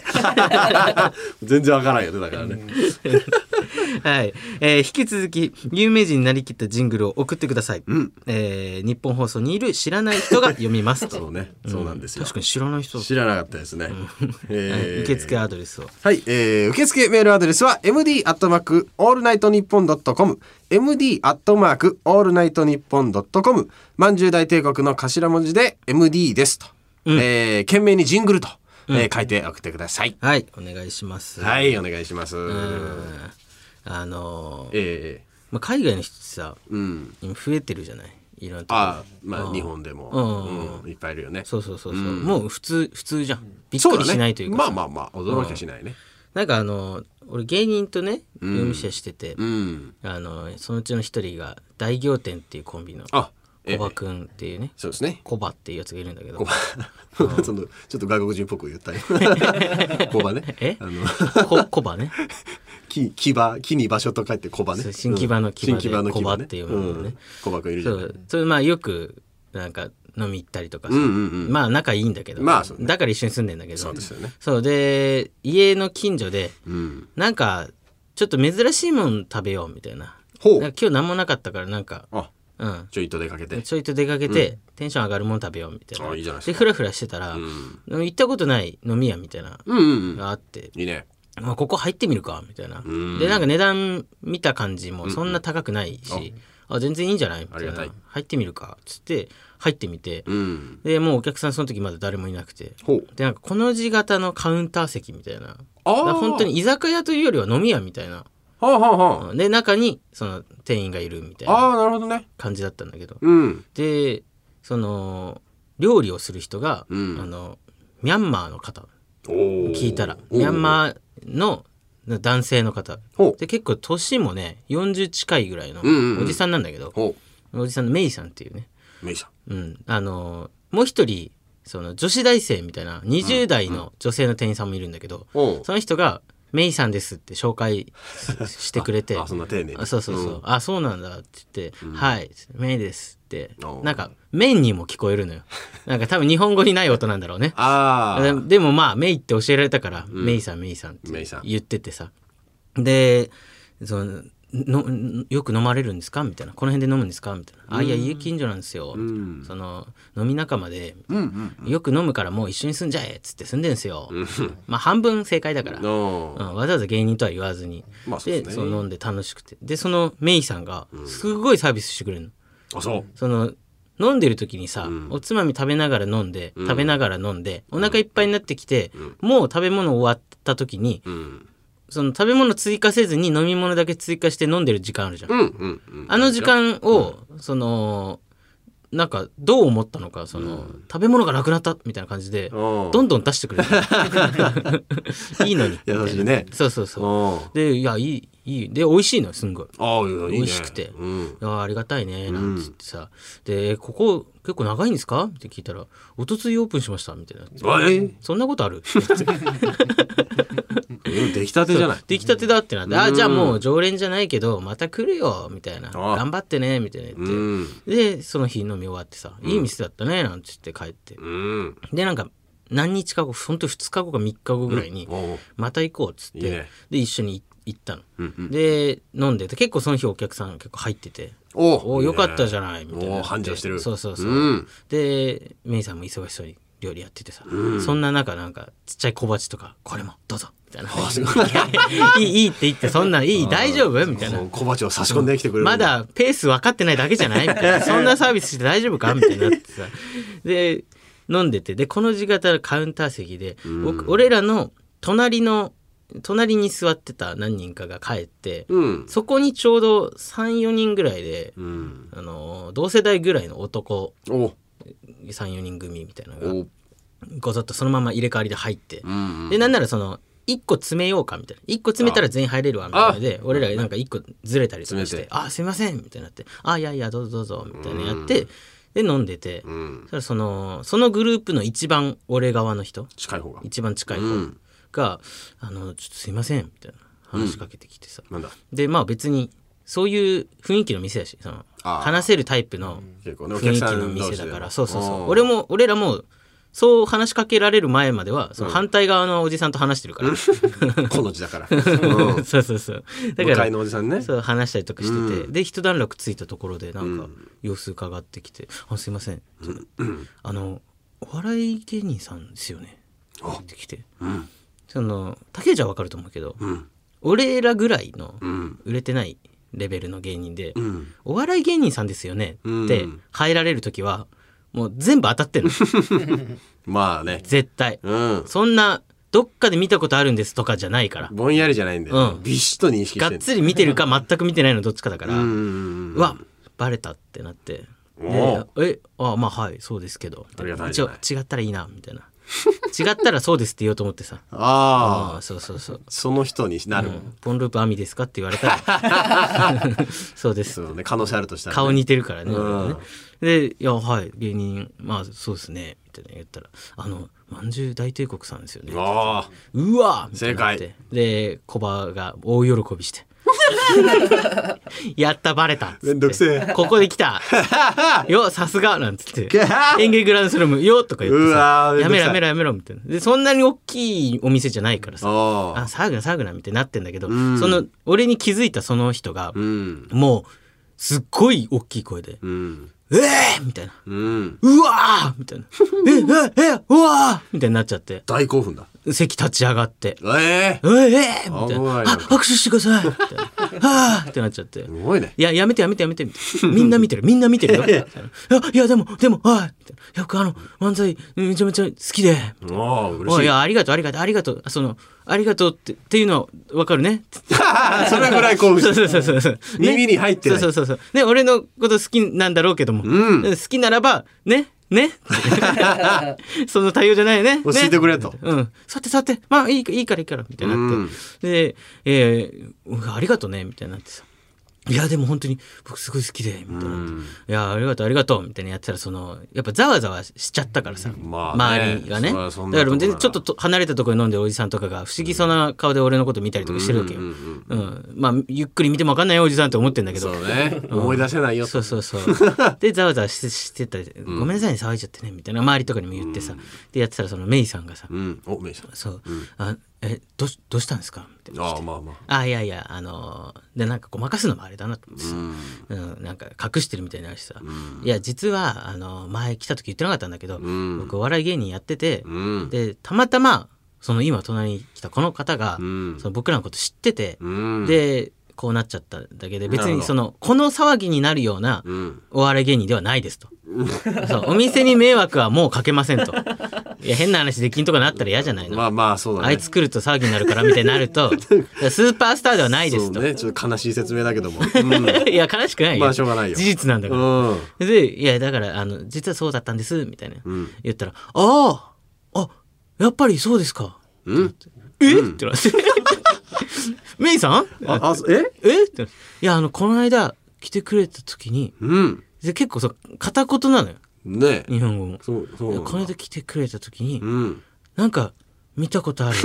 [SPEAKER 2] 全然わからんよねだからね、
[SPEAKER 1] はい、えー引き続き有名人になりきったジングルを送ってください、えー日本放送にいる知らない人が読みます
[SPEAKER 2] *laughs* そ
[SPEAKER 1] と
[SPEAKER 2] うねそうなんですよ、
[SPEAKER 1] 確かに知らない人、
[SPEAKER 2] 知らなかったですね、え
[SPEAKER 1] はい
[SPEAKER 2] ー
[SPEAKER 1] *laughs* 受付アドレスを
[SPEAKER 2] はい、えー、受付メールアドレスは md アットマークオールナイトニッポンドットコム md アットマークオールナイトニッポンドットコム満十大帝国の頭文字で md ですと、えー、懸命にジングルと、えー、書いて送ってください、
[SPEAKER 1] はいお願いします
[SPEAKER 2] はいお願いします
[SPEAKER 1] うんあのー
[SPEAKER 2] え
[SPEAKER 1] まあ、海外の人ってさ
[SPEAKER 2] ー、うん
[SPEAKER 1] 今増えてるじゃないいろんなとこ
[SPEAKER 2] あーま
[SPEAKER 1] う
[SPEAKER 2] あ
[SPEAKER 1] ん
[SPEAKER 2] 日本でも、
[SPEAKER 1] うん
[SPEAKER 2] うんいっぱいいるよね
[SPEAKER 1] そうそうそうそう、
[SPEAKER 2] うん
[SPEAKER 1] もう普通普通じゃんびっくりしないというか
[SPEAKER 2] そ
[SPEAKER 1] さ
[SPEAKER 2] だね、まあまあまあ驚きはしないね
[SPEAKER 1] なんかあの俺芸人とねルームシェアしてて、
[SPEAKER 2] うん、
[SPEAKER 1] あのそのうちの一人が大仰天っていうコンビの
[SPEAKER 2] あ
[SPEAKER 1] コバくんっていうね
[SPEAKER 2] そうですね
[SPEAKER 1] コバっていうやつがいるんだけど
[SPEAKER 2] その *laughs* ちょっと外国人っぽく
[SPEAKER 1] *laughs*
[SPEAKER 2] 言ったりこばね
[SPEAKER 1] え
[SPEAKER 2] あの
[SPEAKER 1] ココバね
[SPEAKER 2] 木木場木に場所と書いて小場ね
[SPEAKER 1] そう新木場の木場で
[SPEAKER 2] うん新木場の木場
[SPEAKER 1] 小場っていうものね
[SPEAKER 2] ん小場くん *laughs* いるじ
[SPEAKER 1] そ
[SPEAKER 2] ゃないう
[SPEAKER 1] それまあよくなんか飲み行ったりとかさ、
[SPEAKER 2] うんうんうん
[SPEAKER 1] まあ仲いいんだけど、
[SPEAKER 2] まあそうね
[SPEAKER 1] だから一緒に住んでんだけど
[SPEAKER 2] そうですよね
[SPEAKER 1] そうで家の近所で
[SPEAKER 2] うん
[SPEAKER 1] なんかちょっと珍しいもん食べようみたいな
[SPEAKER 2] ほ
[SPEAKER 1] なん
[SPEAKER 2] う
[SPEAKER 1] か今日何もなかったからなんか、
[SPEAKER 2] あ
[SPEAKER 1] うん、
[SPEAKER 2] ちょいと出かけて
[SPEAKER 1] ちょいと出かけて、テンション上がるもん食べようみたいな
[SPEAKER 2] あいいじゃないです
[SPEAKER 1] で
[SPEAKER 2] か
[SPEAKER 1] フラフラしてたら、
[SPEAKER 2] うん
[SPEAKER 1] 行ったことない飲み屋みたいな
[SPEAKER 2] うんうんうん
[SPEAKER 1] があって、
[SPEAKER 2] いいね
[SPEAKER 1] まあ、ここ入ってみるかみたいな、
[SPEAKER 2] ん
[SPEAKER 1] でなんか値段見た感じもそんな高くないし、あ全然いいんじゃないみたい
[SPEAKER 2] ありが
[SPEAKER 1] な
[SPEAKER 2] たい
[SPEAKER 1] 入ってみるかっつって入ってみて、
[SPEAKER 2] うん
[SPEAKER 1] でもうお客さんその時まだ誰もいなくて
[SPEAKER 2] ほう
[SPEAKER 1] でなんかこの字型のカウンター席みたいな
[SPEAKER 2] あ
[SPEAKER 1] だから
[SPEAKER 2] あ
[SPEAKER 1] 本当に居酒屋というよりは飲み屋みたいな
[SPEAKER 2] あはあはあは
[SPEAKER 1] で中にその店員がいるみたい
[SPEAKER 2] あ。あ
[SPEAKER 1] な
[SPEAKER 2] あ、なるほどね。
[SPEAKER 1] 感じだったんだけど
[SPEAKER 2] うん。
[SPEAKER 1] でその料理をする人が、
[SPEAKER 2] うん
[SPEAKER 1] あのミャンマーの方聞
[SPEAKER 2] 聞
[SPEAKER 1] いたらミャンマーの男性の方
[SPEAKER 2] ほう
[SPEAKER 1] で結構年もね40近いぐらいの
[SPEAKER 2] んうんうん
[SPEAKER 1] おじさんなんだけど、
[SPEAKER 2] ほ
[SPEAKER 1] おじさんのメイさんっていうね、
[SPEAKER 2] う。メイさん。
[SPEAKER 1] うん、あのもう一人その女子大生みたいな20代の女性の店員さんもいるんだけど、
[SPEAKER 2] おう
[SPEAKER 1] その人が「メイさんです」って紹介
[SPEAKER 2] *laughs*
[SPEAKER 1] ししてくれて
[SPEAKER 2] あ、そんな丁寧に。
[SPEAKER 1] あそうそうそう、あそうなんだって言って「はいメイです」って
[SPEAKER 2] お
[SPEAKER 1] なんか「メイ」にも聞こえるのよなんか多分日本語にない音なんだろうね
[SPEAKER 2] あ
[SPEAKER 1] で
[SPEAKER 2] あ。
[SPEAKER 1] でもまあメイって教えられたから、メイさんメイさんっ
[SPEAKER 2] メ
[SPEAKER 1] て
[SPEAKER 2] イさん
[SPEAKER 1] 言っててさでそののよく飲まれるんですかみたいなこの辺で飲むんですかみたいな「あいや家近所なんですよ」その飲み仲間で、よく飲むからもう一緒に住んじゃえ」っつって住んでんすよ、まあ半分正解だから、うん、
[SPEAKER 2] の
[SPEAKER 1] わざわざ芸人とは言わずに、
[SPEAKER 2] まあそう
[SPEAKER 1] で
[SPEAKER 2] ですね
[SPEAKER 1] そう飲んで楽しくてでそのメイさんがすごいサービスしてくれるの。
[SPEAKER 2] あ、そう。
[SPEAKER 1] その飲んでる時にさ、おつまみ食べながら飲んで、食べながら飲んでお腹いっぱいになってきて、もう食べ物終わった時に、
[SPEAKER 2] ん
[SPEAKER 1] その食べ物追加せずに飲み物だけ追加して飲んでる時間あるじゃん、
[SPEAKER 2] うんうんうん。
[SPEAKER 1] あの時間を、そのなんかどう思ったのかその、食べ物がなくなったみたいな感じで、
[SPEAKER 2] うん
[SPEAKER 1] どんどん出してくれ
[SPEAKER 2] *laughs*
[SPEAKER 1] る *laughs* いいのに
[SPEAKER 2] 優しいね。
[SPEAKER 1] そうそうそう
[SPEAKER 2] おう
[SPEAKER 1] でいやいいいいで美味しいのよすんごい
[SPEAKER 2] ああ、いいね
[SPEAKER 1] 美味しくて
[SPEAKER 2] うん。
[SPEAKER 1] あーありがたいねなんつってさ、でここ結構長いんですかって聞いたら「おとついオープンしました」みたいな
[SPEAKER 2] あえ
[SPEAKER 1] 「そんなことある?」
[SPEAKER 2] え出来たてじゃない。
[SPEAKER 1] 出来たてだってなって「あーじゃあもう常連じゃないけどまた来るよ」みたいな「
[SPEAKER 2] あ
[SPEAKER 1] 頑張ってね」みたいな
[SPEAKER 2] う
[SPEAKER 1] 言って。
[SPEAKER 2] ん。
[SPEAKER 1] でその日飲み終わってさ「いい店だったね」なんつって帰って
[SPEAKER 2] うん。
[SPEAKER 1] でなんか何日か後ほんと2日後か3日後ぐらいに
[SPEAKER 2] おう
[SPEAKER 1] また行こうっつって
[SPEAKER 2] いいね
[SPEAKER 1] で一緒に行ったの、で飲んでて結構その日お客さん結構入ってて
[SPEAKER 2] おう
[SPEAKER 1] おおよかったじゃないみたい
[SPEAKER 2] お
[SPEAKER 1] な
[SPEAKER 2] ー繁盛してる
[SPEAKER 1] そうそうそう、
[SPEAKER 2] うん
[SPEAKER 1] でメイさんも忙しそうに料理やっててさ、そんな中なんかちっちゃい小鉢とかこれもどうぞみたいな *laughs* 「いいいい」って言って「そんなんいい大丈夫?」み
[SPEAKER 2] *laughs*
[SPEAKER 1] たいな
[SPEAKER 2] そう小鉢を差し込んできてくれる。
[SPEAKER 1] ま。だペース分かってないだけじゃないみたい
[SPEAKER 2] *laughs*
[SPEAKER 1] な。そんなサービスして大丈夫かみたいになってさ。で、飲んでて、で、この時型のカウンター席で、僕俺らの隣の、隣に座ってた何人かが帰って、
[SPEAKER 2] うん。
[SPEAKER 1] そこにちょうど3、4人ぐらいで、
[SPEAKER 2] うん。
[SPEAKER 1] あのー同世代ぐらいの男
[SPEAKER 2] おう
[SPEAKER 1] 34人組みたいなのが
[SPEAKER 2] おう
[SPEAKER 1] ごぞっとそのまま入れ替わりで入って、
[SPEAKER 2] うん。
[SPEAKER 1] でなんならその1個詰めようかみたいな1個詰めたら全員入れるわみたいなので俺らなんか1個ずれたりとかし
[SPEAKER 2] 詰め
[SPEAKER 1] て
[SPEAKER 2] て
[SPEAKER 1] 「あすいません」みたいになって「あいやいやどうぞどうぞ」みたいなやってで飲んでてそしたらそのそのグループの一番俺側の人
[SPEAKER 2] 近い方が。
[SPEAKER 1] 一番近い方
[SPEAKER 2] うん
[SPEAKER 1] が「あのちょっとすいません」みたいな話しかけてきてさ
[SPEAKER 2] *laughs* なんだ。
[SPEAKER 1] でまあ別にそういう雰囲気の店やしその
[SPEAKER 2] あー
[SPEAKER 1] 話せるタイプの
[SPEAKER 2] 結構ね、お
[SPEAKER 1] 雰
[SPEAKER 2] 客
[SPEAKER 1] 囲気
[SPEAKER 2] さん
[SPEAKER 1] の
[SPEAKER 2] 同士
[SPEAKER 1] 店
[SPEAKER 2] で
[SPEAKER 1] だ
[SPEAKER 2] も
[SPEAKER 1] からそうそうそ
[SPEAKER 2] ん
[SPEAKER 1] う俺も俺らもそう話しかけられる前まではその反対側のおじさんと話してるから、
[SPEAKER 2] この字だから。う
[SPEAKER 1] *laughs*
[SPEAKER 2] ん
[SPEAKER 1] そうそうそうだ
[SPEAKER 2] 向
[SPEAKER 1] か
[SPEAKER 2] からいのおじさんね。
[SPEAKER 1] そう話したりとかしてて、で一段落ついたところでなんか様子伺ってきて「あすいません」あのお笑い芸人さんですよね」って来て、その竹じゃわかると思うけど、俺らぐらいの売れてないレベルの芸人で「お笑い芸人さんですよね」って入られる時はもう全部当たってる
[SPEAKER 2] まあね。
[SPEAKER 1] 絶対、
[SPEAKER 2] うん。
[SPEAKER 1] そんなどっかで見たことあるんですとかじゃないから
[SPEAKER 2] ぼんやりじゃないんだよ。
[SPEAKER 1] うん
[SPEAKER 2] びっしと認識
[SPEAKER 1] が
[SPEAKER 2] し
[SPEAKER 1] って
[SPEAKER 2] んだ
[SPEAKER 1] つり見てるか全く見てないのどっちかだから、
[SPEAKER 2] うんうん
[SPEAKER 1] うわバレたってなってで
[SPEAKER 2] お
[SPEAKER 1] えあまあはいそうですけど
[SPEAKER 2] ありがたい
[SPEAKER 1] 一
[SPEAKER 2] じゃ
[SPEAKER 1] 応
[SPEAKER 2] ない
[SPEAKER 1] 違ったらいいなみたいな違ったらそうですって言おうと思ってさ
[SPEAKER 2] あ
[SPEAKER 1] あ
[SPEAKER 2] あ
[SPEAKER 1] あそうそうそう、
[SPEAKER 2] その人になる、
[SPEAKER 1] ポンループ網ですかって言われた
[SPEAKER 2] *laughs*
[SPEAKER 1] ら *laughs* そうです
[SPEAKER 2] そうね可能性あるとしたらね、
[SPEAKER 1] 顔似てるからね,、
[SPEAKER 2] ん
[SPEAKER 1] ねで「いやはい芸人まあそうですね」みたいな言ったら「あのまんじゅう大帝国さんですよね」
[SPEAKER 2] あ
[SPEAKER 1] うわーみたいになって
[SPEAKER 2] 正
[SPEAKER 1] でコバが大喜びして *laughs* やったバレたっつって
[SPEAKER 2] めんどくせえ
[SPEAKER 1] ここで来
[SPEAKER 2] *laughs*
[SPEAKER 1] たよさすがなんつって
[SPEAKER 2] あ
[SPEAKER 1] 演芸グランドスラムよとか言って
[SPEAKER 2] うわ
[SPEAKER 1] さ
[SPEAKER 2] ーめん
[SPEAKER 1] や
[SPEAKER 2] ど
[SPEAKER 1] め
[SPEAKER 2] くさい
[SPEAKER 1] ろやめろやめろみたいなでそんなに大きいお店じゃないからさ
[SPEAKER 2] ああ
[SPEAKER 1] あ騒ぐな騒ぐなみたいになってんだけど、
[SPEAKER 2] ん
[SPEAKER 1] その俺に気づいたその人が、
[SPEAKER 2] うん
[SPEAKER 1] もうすっごい大きい声で
[SPEAKER 2] うん
[SPEAKER 1] 「ええー!」みたいな
[SPEAKER 2] うん
[SPEAKER 1] 「うわー!」みたいな「ええええうわー!」みたいになっちゃって
[SPEAKER 2] 大興奮だ
[SPEAKER 1] 席立ち上がって
[SPEAKER 2] え
[SPEAKER 1] 「
[SPEAKER 2] え
[SPEAKER 1] ええええ!」みたい
[SPEAKER 2] 危な
[SPEAKER 1] ない「
[SPEAKER 2] な
[SPEAKER 1] あ拍手してください!」みたいな「はあ!」ってなっちゃって。
[SPEAKER 2] すごいね
[SPEAKER 1] いや、やめてやめてやめて、みたいな。みんな見てる、みんな見てる
[SPEAKER 2] *laughs*
[SPEAKER 1] よ。みたいないや、いや、でも、でも、はい。みたいないや、僕あの、漫才、めちゃめちゃ好きで。
[SPEAKER 2] ああ嬉
[SPEAKER 1] お
[SPEAKER 2] し
[SPEAKER 1] い
[SPEAKER 2] い
[SPEAKER 1] いや、ありがとう、ありがとう、ありがとう。その、ありがとうってっていうのは分かるね。
[SPEAKER 2] *laughs* それぐらい興奮
[SPEAKER 1] そう
[SPEAKER 2] して
[SPEAKER 1] そうそうそうそう。ね
[SPEAKER 2] 耳に入ってない
[SPEAKER 1] そうそうそうそう。ね、俺のこと好きなんだろうけども。
[SPEAKER 2] うん
[SPEAKER 1] 好きならば、ね、
[SPEAKER 2] *laughs*
[SPEAKER 1] ね。その対応じゃないよね。
[SPEAKER 2] 教えてくれと
[SPEAKER 1] ねうん。さてさて、まあいいいいからいいから、みたいになって。
[SPEAKER 2] うん
[SPEAKER 1] で、えーうんありがとね、みたいになってさ。いや、でも本当に僕すごい好きで、みたいになって。いや、ありがとう、ありがとう、みたいなやってたら、その、やっぱざわざわしちゃったからさ、
[SPEAKER 2] まあね
[SPEAKER 1] 周りがね。
[SPEAKER 2] そり
[SPEAKER 1] だ
[SPEAKER 2] ゃ
[SPEAKER 1] か
[SPEAKER 2] そん
[SPEAKER 1] ら
[SPEAKER 2] なとこなら
[SPEAKER 1] もう全然ちょっとと離れたところに飲んでるおじさんとかが不思議そうな顔で俺のこと見たりとかしてるわけよ。
[SPEAKER 2] うん
[SPEAKER 1] うん、まあゆっくり見ても分かんないよおじさんって思ってんだけど
[SPEAKER 2] *laughs* そうね思い出せないよ
[SPEAKER 1] そう
[SPEAKER 2] と
[SPEAKER 1] そうそうでざわざわしてしてたり「ごめんなさいね騒いじゃってね」みたいな周りとかにも言ってさ、でやってたらそのメイさんがさ「
[SPEAKER 2] うんおめいさん
[SPEAKER 1] そう、あえどうしどうしたんですか?」みたいな
[SPEAKER 2] ああまあまあ
[SPEAKER 1] あいやいやあのーでなんかごまかすのもあれだなと思ってさ、うんなんか隠してるみたいになるしさ、いや実はあのー前来た時言ってなかったんだけど、
[SPEAKER 2] ん
[SPEAKER 1] 僕お笑い芸人やってて、
[SPEAKER 2] うん
[SPEAKER 1] でたまたまその今隣に来たこの方が、
[SPEAKER 2] ん
[SPEAKER 1] その僕らのこと知ってて、
[SPEAKER 2] うん
[SPEAKER 1] でこうなっちゃっただけで別
[SPEAKER 2] なるほ
[SPEAKER 1] に
[SPEAKER 2] ど
[SPEAKER 1] そのこの騒ぎになるような
[SPEAKER 2] うん
[SPEAKER 1] お笑い芸人ではないですと。そうお店に迷惑はもうかけませんと。いや変な話できんとかなったら嫌じゃないの。
[SPEAKER 2] まあまあそうだね
[SPEAKER 1] あいつ来ると騒ぎになるからみたいになる
[SPEAKER 2] *laughs*
[SPEAKER 1] とスーパースターではないです
[SPEAKER 2] そ
[SPEAKER 1] と、
[SPEAKER 2] うねちょっと悲しい説明だけ
[SPEAKER 1] *laughs*
[SPEAKER 2] どもうん
[SPEAKER 1] いや悲しくないよ、
[SPEAKER 2] まあしょうがないよ
[SPEAKER 1] 事実なんだから、
[SPEAKER 2] うん
[SPEAKER 1] で「いやだからあの実はそうだったんです」みたいな、
[SPEAKER 2] ん
[SPEAKER 1] 言ったら「あああやっぱりそうですか」
[SPEAKER 2] うん
[SPEAKER 1] え、ってなって *laughs* 「メイさん
[SPEAKER 2] ああそえ
[SPEAKER 1] えってなって「いやあのこの間来てくれた時に
[SPEAKER 2] うん
[SPEAKER 1] で結構そう片言なのよ
[SPEAKER 2] ねえ
[SPEAKER 1] 日本語も。
[SPEAKER 2] そうそう
[SPEAKER 1] い
[SPEAKER 2] な
[SPEAKER 1] や
[SPEAKER 2] んだ
[SPEAKER 1] この間来てくれた時に、
[SPEAKER 2] うん
[SPEAKER 1] なんか見たことある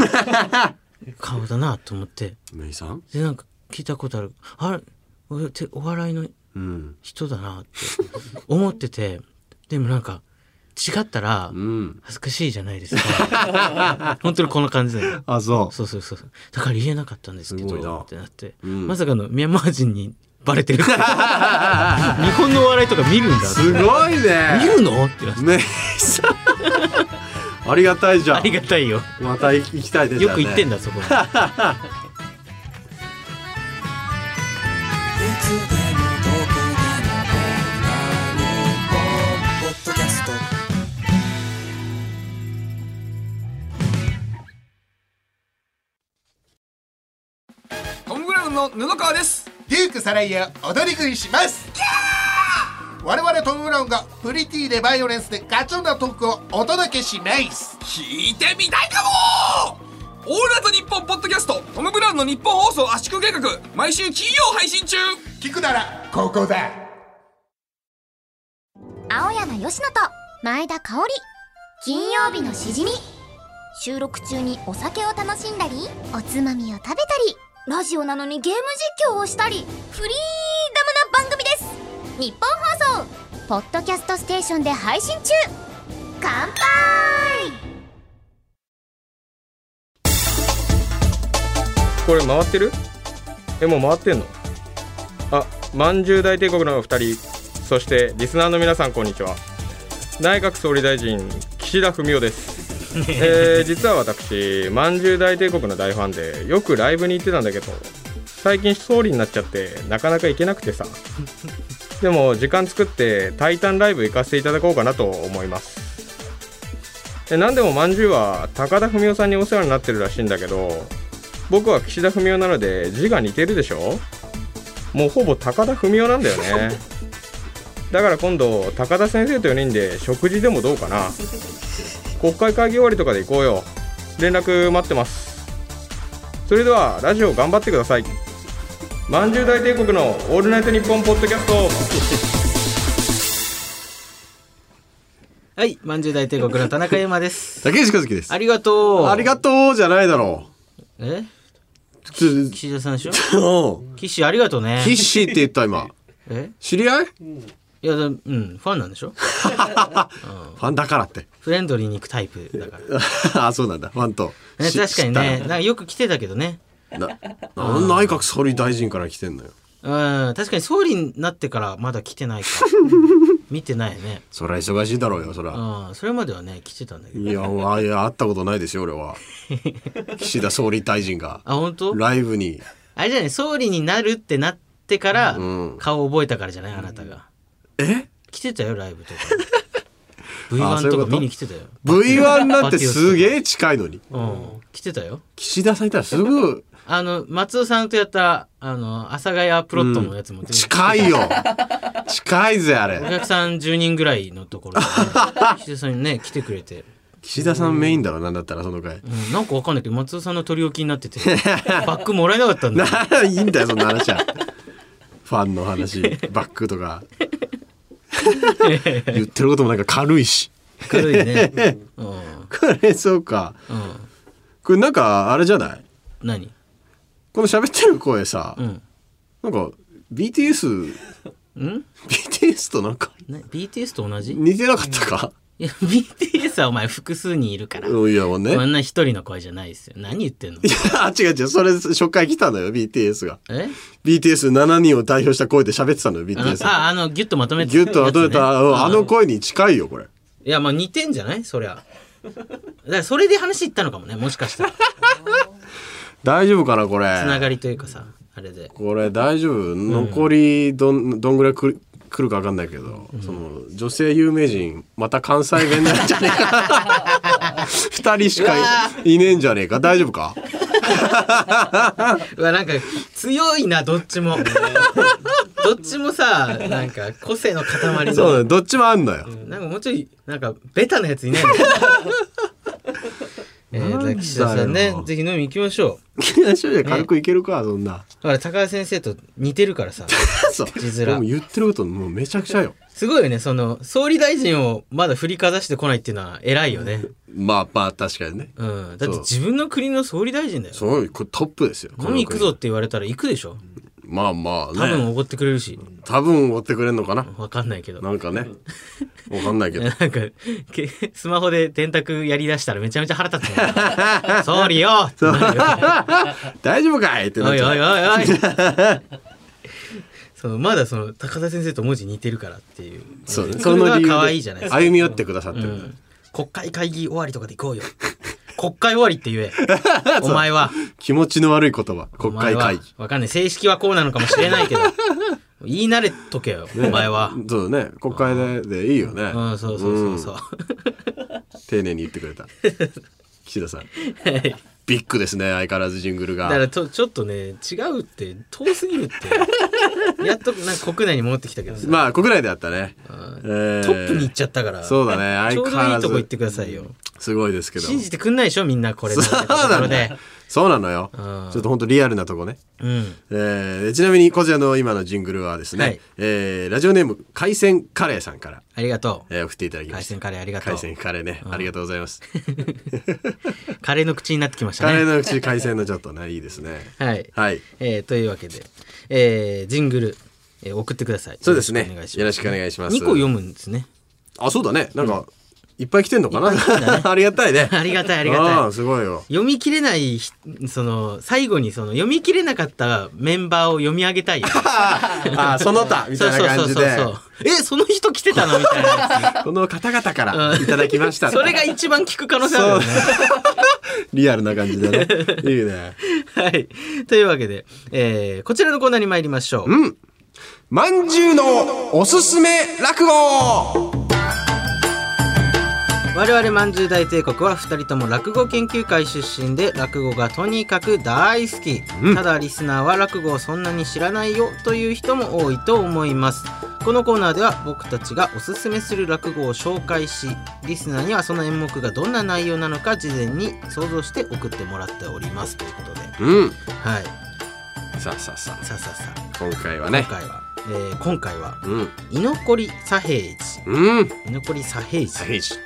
[SPEAKER 1] *laughs* 顔だなと思って
[SPEAKER 2] めいさん
[SPEAKER 1] でなんか聞いたことあるあれおてお笑いの
[SPEAKER 2] うん
[SPEAKER 1] 人だなって思っててでもなんか違ったら
[SPEAKER 2] うん
[SPEAKER 1] 恥ずかしいじゃないですか本当にこの感じだよ
[SPEAKER 2] あそ
[SPEAKER 1] そうそうそうそうだから言えなかったんですけ
[SPEAKER 2] す
[SPEAKER 1] ど
[SPEAKER 2] ごいな
[SPEAKER 1] ってなって、
[SPEAKER 2] ん
[SPEAKER 1] まさかのミャンマー人にバレて *laughs* る日本のお笑いとか見るんだ
[SPEAKER 2] うすごい
[SPEAKER 1] 見
[SPEAKER 2] ね
[SPEAKER 1] るのってなって
[SPEAKER 2] めいさ *laughs* んありがたいじゃん
[SPEAKER 1] ありがたいよ
[SPEAKER 2] また行きたいです
[SPEAKER 1] よく言ってん
[SPEAKER 2] だ
[SPEAKER 1] だそこに
[SPEAKER 8] トム・ブラウンの布川です
[SPEAKER 9] デュークサライヤー踊り食いします我々トム・ブラウンがプリティでバイオレンスでガチョンなトークをお届けします
[SPEAKER 8] 聞いてみたいかもオールナイトニッポンポッドキャストトム・ブラウンの日本放送圧縮計画毎週金曜配信中
[SPEAKER 9] 聞くならここだ
[SPEAKER 10] 青山佳乃と前田香織金曜日のしじみ収録中にお酒を楽しんだりおつまみを食べたりラジオなのにゲーム実況をしたりフリーダムな番組です日本放送ポッドキャストステーションで配信中乾杯
[SPEAKER 11] これ回ってるえもう回ってんのあまんじゅう大帝国のお二人そしてリスナーの皆さんこんにちは内閣総理大臣岸田文雄です、えー実は私まんじゅう大帝国の大ファンでよくライブに行ってたんだけど最近総理になっちゃってなかなか行けなくてさでも時間作って「タイタンライブ」行かせていただこうかなと思いますえ何でもまんじゅうは高田文雄さんにお世話になってるらしいんだけど僕は岸田文雄なので字が似てるでしょもうほぼ高田文雄なんだよねだから今度高田先生と4人で食事でもどうかな国会会議終わりとかで行こうよ連絡待ってますそれではラジオ頑張ってくださいまんじゅう大帝国の「オールナイトニッポン」ポッドキャスト
[SPEAKER 1] はい、まんじゅう大帝国の田中優馬です。
[SPEAKER 2] 竹内和樹で
[SPEAKER 1] *laughs*
[SPEAKER 2] す
[SPEAKER 1] ありがとう。
[SPEAKER 2] ありがとうじゃないだろ
[SPEAKER 1] え
[SPEAKER 2] うちょ
[SPEAKER 1] 岸田さんでしょ
[SPEAKER 2] ちょ
[SPEAKER 1] 岸ありがとうね。
[SPEAKER 2] ヒッシーって言った今
[SPEAKER 1] え
[SPEAKER 2] 知り合い
[SPEAKER 1] いや、だうん、ファンなんでしょ
[SPEAKER 2] ファンだからって
[SPEAKER 1] フレンドリーに行くタイプだ *laughs* から。
[SPEAKER 2] *laughs* あそうなんだファンと、
[SPEAKER 1] ね、
[SPEAKER 2] し
[SPEAKER 1] 確かにね、
[SPEAKER 2] 知
[SPEAKER 1] な
[SPEAKER 2] っ
[SPEAKER 1] んかよく来てたけどね。
[SPEAKER 2] たなな内閣総理大臣から来てんのよ
[SPEAKER 1] うん、確かに総理になってからまだ来て *laughs* ないか。見てないね。
[SPEAKER 2] そりゃ忙しいだろうよそりゃ
[SPEAKER 1] うん、それまではね、来てたんだけど。
[SPEAKER 2] いやあいや会ったことないですよ
[SPEAKER 1] *laughs*
[SPEAKER 2] 俺は岸田総理大臣が
[SPEAKER 1] あ、本当？
[SPEAKER 2] ライブに
[SPEAKER 1] あれじゃない、総理になるってなってから、
[SPEAKER 2] うん
[SPEAKER 1] 顔覚えたからじゃない、あなたが。
[SPEAKER 2] え *laughs*
[SPEAKER 1] 来てたよ、ライブとか。
[SPEAKER 2] あ
[SPEAKER 1] V1
[SPEAKER 2] そういう
[SPEAKER 1] と
[SPEAKER 2] こ
[SPEAKER 1] か
[SPEAKER 2] と
[SPEAKER 1] 見に来てたよ
[SPEAKER 2] V1 だってす
[SPEAKER 1] え
[SPEAKER 2] げえ近いのに。
[SPEAKER 1] 来てたよ
[SPEAKER 2] 岸田さんいたらすぐ、
[SPEAKER 1] あの松尾さんとやったあの阿佐ヶ谷プロットのやつも出てきて *laughs*
[SPEAKER 2] 近いよ。近いぜ、あ
[SPEAKER 1] お
[SPEAKER 2] れ。
[SPEAKER 1] 客さん10人ぐらいのとこ
[SPEAKER 2] *laughs*
[SPEAKER 1] ろで、ね、岸田さんにね来てくれて、
[SPEAKER 2] 岸田さんメインだろ、なんだったら、その回。
[SPEAKER 1] うんなんかわかんないけど松尾さんの取り置きになっててバックもらえなかったんだよ
[SPEAKER 2] *laughs* な、いいんだよ、そんな話は。ファンの話、バック
[SPEAKER 1] *laughs*
[SPEAKER 2] とか。言ってることもなんか軽いし。 *laughs*
[SPEAKER 1] 軽いね
[SPEAKER 2] これ、そうか。これ、なんか、あれじゃない
[SPEAKER 1] 何
[SPEAKER 2] この喋ってる声さ、
[SPEAKER 1] ん
[SPEAKER 2] なんか BTS
[SPEAKER 1] ん
[SPEAKER 2] BTS となんか
[SPEAKER 1] ね BTS と同じ
[SPEAKER 2] 似てなかったか、
[SPEAKER 1] いや BTS はお前複数にいるから
[SPEAKER 2] うんいやもうね
[SPEAKER 1] そんな一人の声じゃないですよ何言ってん
[SPEAKER 2] *laughs*
[SPEAKER 1] の
[SPEAKER 2] いや違う違うそれ初回来たのよ BTS が
[SPEAKER 1] え
[SPEAKER 2] BTS7 人を代表した声で喋ってたのよ
[SPEAKER 1] あの
[SPEAKER 2] BTS
[SPEAKER 1] ああのギュッとまとめて
[SPEAKER 2] ギュッとまとめ
[SPEAKER 1] や
[SPEAKER 2] た、
[SPEAKER 1] つね
[SPEAKER 2] うんあの声に近いよこれ
[SPEAKER 1] いやまあ似てんじゃないそりゃだからそれで話いったのかもねもしかした
[SPEAKER 2] *laughs*
[SPEAKER 1] らつ
[SPEAKER 2] 大丈夫かなこ
[SPEAKER 1] な
[SPEAKER 2] れ
[SPEAKER 1] がりというかさあれで
[SPEAKER 2] これ大丈夫残りどんどんぐらいくる来るか分かんないけど、その女性有名人また関西弁なんじゃねえか
[SPEAKER 1] *laughs*
[SPEAKER 2] 二人しかいいねえんじゃねえか大丈夫か
[SPEAKER 1] うわなんか強いなどっ
[SPEAKER 2] *laughs*
[SPEAKER 1] ちもどっちもさなんか個性の塊の
[SPEAKER 2] そうだねどっちもあんのよ、
[SPEAKER 1] なんかもうちょいなんかベタなやつ
[SPEAKER 2] *laughs*
[SPEAKER 1] いないのえー、だから岸田さんね
[SPEAKER 2] なんだよ
[SPEAKER 1] ぜひ飲み行きましょう
[SPEAKER 2] いや正直軽くいけるか、そんな。
[SPEAKER 1] だから高橋先生と似てるからさ
[SPEAKER 2] そう。
[SPEAKER 1] 字面
[SPEAKER 2] もう言ってることもうめちゃくちゃよ。
[SPEAKER 1] すごいよねその総理大臣をまだ振りかざしてこないっていうのは偉いよね、
[SPEAKER 2] まあまあ確かにね。
[SPEAKER 1] うん、だって
[SPEAKER 2] そう
[SPEAKER 1] 自分の国の総理大臣だよ
[SPEAKER 2] そうこれトップですよ。
[SPEAKER 1] 飲み行くぞ
[SPEAKER 2] こ
[SPEAKER 1] って言われたら行くでしょ
[SPEAKER 2] の国。まあまあね。
[SPEAKER 1] 多分おごってくれるし
[SPEAKER 2] 多分追ってくれんのかな。
[SPEAKER 1] わかんないけど
[SPEAKER 2] なん
[SPEAKER 1] *laughs*
[SPEAKER 2] かね。わかんないけど。
[SPEAKER 1] なんかけスマホで電卓やりだしたらめちゃめちゃ腹立つも
[SPEAKER 2] *laughs*
[SPEAKER 1] ん総理よってなるよ
[SPEAKER 2] 大丈夫かいってな
[SPEAKER 1] お
[SPEAKER 2] っ
[SPEAKER 1] い
[SPEAKER 2] ちゃ
[SPEAKER 1] お
[SPEAKER 2] う
[SPEAKER 1] いおいおい *laughs* そのまだその高田先生と文字似てるからっていう
[SPEAKER 2] そうね。
[SPEAKER 1] そ
[SPEAKER 2] そ
[SPEAKER 1] れ
[SPEAKER 2] の
[SPEAKER 1] が
[SPEAKER 2] 理由で
[SPEAKER 1] 可愛いじゃないですか
[SPEAKER 2] 歩み寄ってくださって
[SPEAKER 1] う
[SPEAKER 2] る。
[SPEAKER 1] ん国会会議終わりとかで行こうよ国会終わりって
[SPEAKER 2] *laughs*
[SPEAKER 1] 言えお前は
[SPEAKER 2] 気持ちの悪い言葉。国会
[SPEAKER 1] お前
[SPEAKER 2] 会
[SPEAKER 1] は
[SPEAKER 2] 議。
[SPEAKER 1] わかんない正式はこうなのかもしれないけ
[SPEAKER 2] *laughs*
[SPEAKER 1] ど言い慣れとけよお
[SPEAKER 2] ね
[SPEAKER 1] 前は、。
[SPEAKER 2] そうね。国会ででいいよね。
[SPEAKER 1] うんそうそうそうそう、 *laughs*
[SPEAKER 2] うん丁寧に言ってくれた。岸田さん。
[SPEAKER 1] はいだ
[SPEAKER 2] ビッグですね。相変わらずジングルが。
[SPEAKER 1] からとちょっとね違うって遠すぎるって
[SPEAKER 2] *laughs*
[SPEAKER 1] やっとなんか国内に戻ってきたけどさ、
[SPEAKER 2] まあ国内であったね。えー
[SPEAKER 1] トップに行っちゃったから
[SPEAKER 2] そうだね
[SPEAKER 1] ちょう
[SPEAKER 2] 相変
[SPEAKER 1] ど
[SPEAKER 2] わ
[SPEAKER 1] い
[SPEAKER 2] ら
[SPEAKER 1] いとこ行って
[SPEAKER 2] ず
[SPEAKER 1] くださいよ
[SPEAKER 2] すごいですけど
[SPEAKER 1] 信じてくんないでしょみんなこれの
[SPEAKER 2] そうなんだ
[SPEAKER 1] で
[SPEAKER 2] よそうなのよ
[SPEAKER 1] うん
[SPEAKER 2] ちょっと本当リアルなとこね、
[SPEAKER 1] うん
[SPEAKER 2] えーちなみにこちらの今のジングルはですね、
[SPEAKER 1] はい
[SPEAKER 2] えーラジオネーム海鮮カレーさんから、
[SPEAKER 1] ありがとう
[SPEAKER 2] えー送っていただきま
[SPEAKER 1] 海
[SPEAKER 2] した
[SPEAKER 1] 鮮カレーありがとう
[SPEAKER 2] 海鮮カレーね、ありがとうござ
[SPEAKER 1] *laughs*
[SPEAKER 2] います
[SPEAKER 1] カレーの口になってきました
[SPEAKER 2] カレー
[SPEAKER 1] ね
[SPEAKER 2] のうち海鮮のちょっとねいいですね
[SPEAKER 1] はい、
[SPEAKER 2] はい
[SPEAKER 1] えーというわけで、えージングル、えー送ってください
[SPEAKER 2] そうですね
[SPEAKER 1] よろしくお
[SPEAKER 2] よ
[SPEAKER 1] 願
[SPEAKER 2] ろ
[SPEAKER 1] いし
[SPEAKER 2] しくお願いしま
[SPEAKER 1] ますす2個読むんですね
[SPEAKER 2] あそうだねなんか、いっぱい来てんのかな *laughs* ありがたいね
[SPEAKER 1] *laughs* ありがたいありがたい
[SPEAKER 2] あーすごいよ
[SPEAKER 1] 読み切れないひその最後にその読み切れなかったメンバーを読み上げた *laughs* いよ *laughs*
[SPEAKER 2] あーその他みたいな感じで
[SPEAKER 1] そうそうそうそうえその人来てたのみたいなや
[SPEAKER 2] この方々からいただきました、
[SPEAKER 1] つ *laughs* それが一番効く可能性あるよね
[SPEAKER 2] リアルな感じ
[SPEAKER 1] *laughs*
[SPEAKER 2] でね。いいね。
[SPEAKER 1] はい。というわ *laughs* けで、えーこちらのコーナーに参りましょう。
[SPEAKER 2] うん。まんじゅうのおすすめ落語
[SPEAKER 1] 我々まんじゅう大帝国は2人とも落語研究会出身で落語がとにかく大好き、ただリスナーは落語をそんなに知らないよという人も多いと思いますこのコーナーでは僕たちがおすすめする落語を紹介しリスナーにはその演目がどんな内容なのか事前に想像して送ってもらっておりますということで
[SPEAKER 2] うん。
[SPEAKER 1] はい
[SPEAKER 2] さあさあさ
[SPEAKER 1] さあさあさあ
[SPEAKER 2] あ、今回は
[SPEAKER 1] 今
[SPEAKER 2] ね。
[SPEAKER 1] 回は、えー今回は
[SPEAKER 2] うん。
[SPEAKER 1] 居残り左平次
[SPEAKER 2] うん。
[SPEAKER 1] 居残り左平次
[SPEAKER 2] 左平次。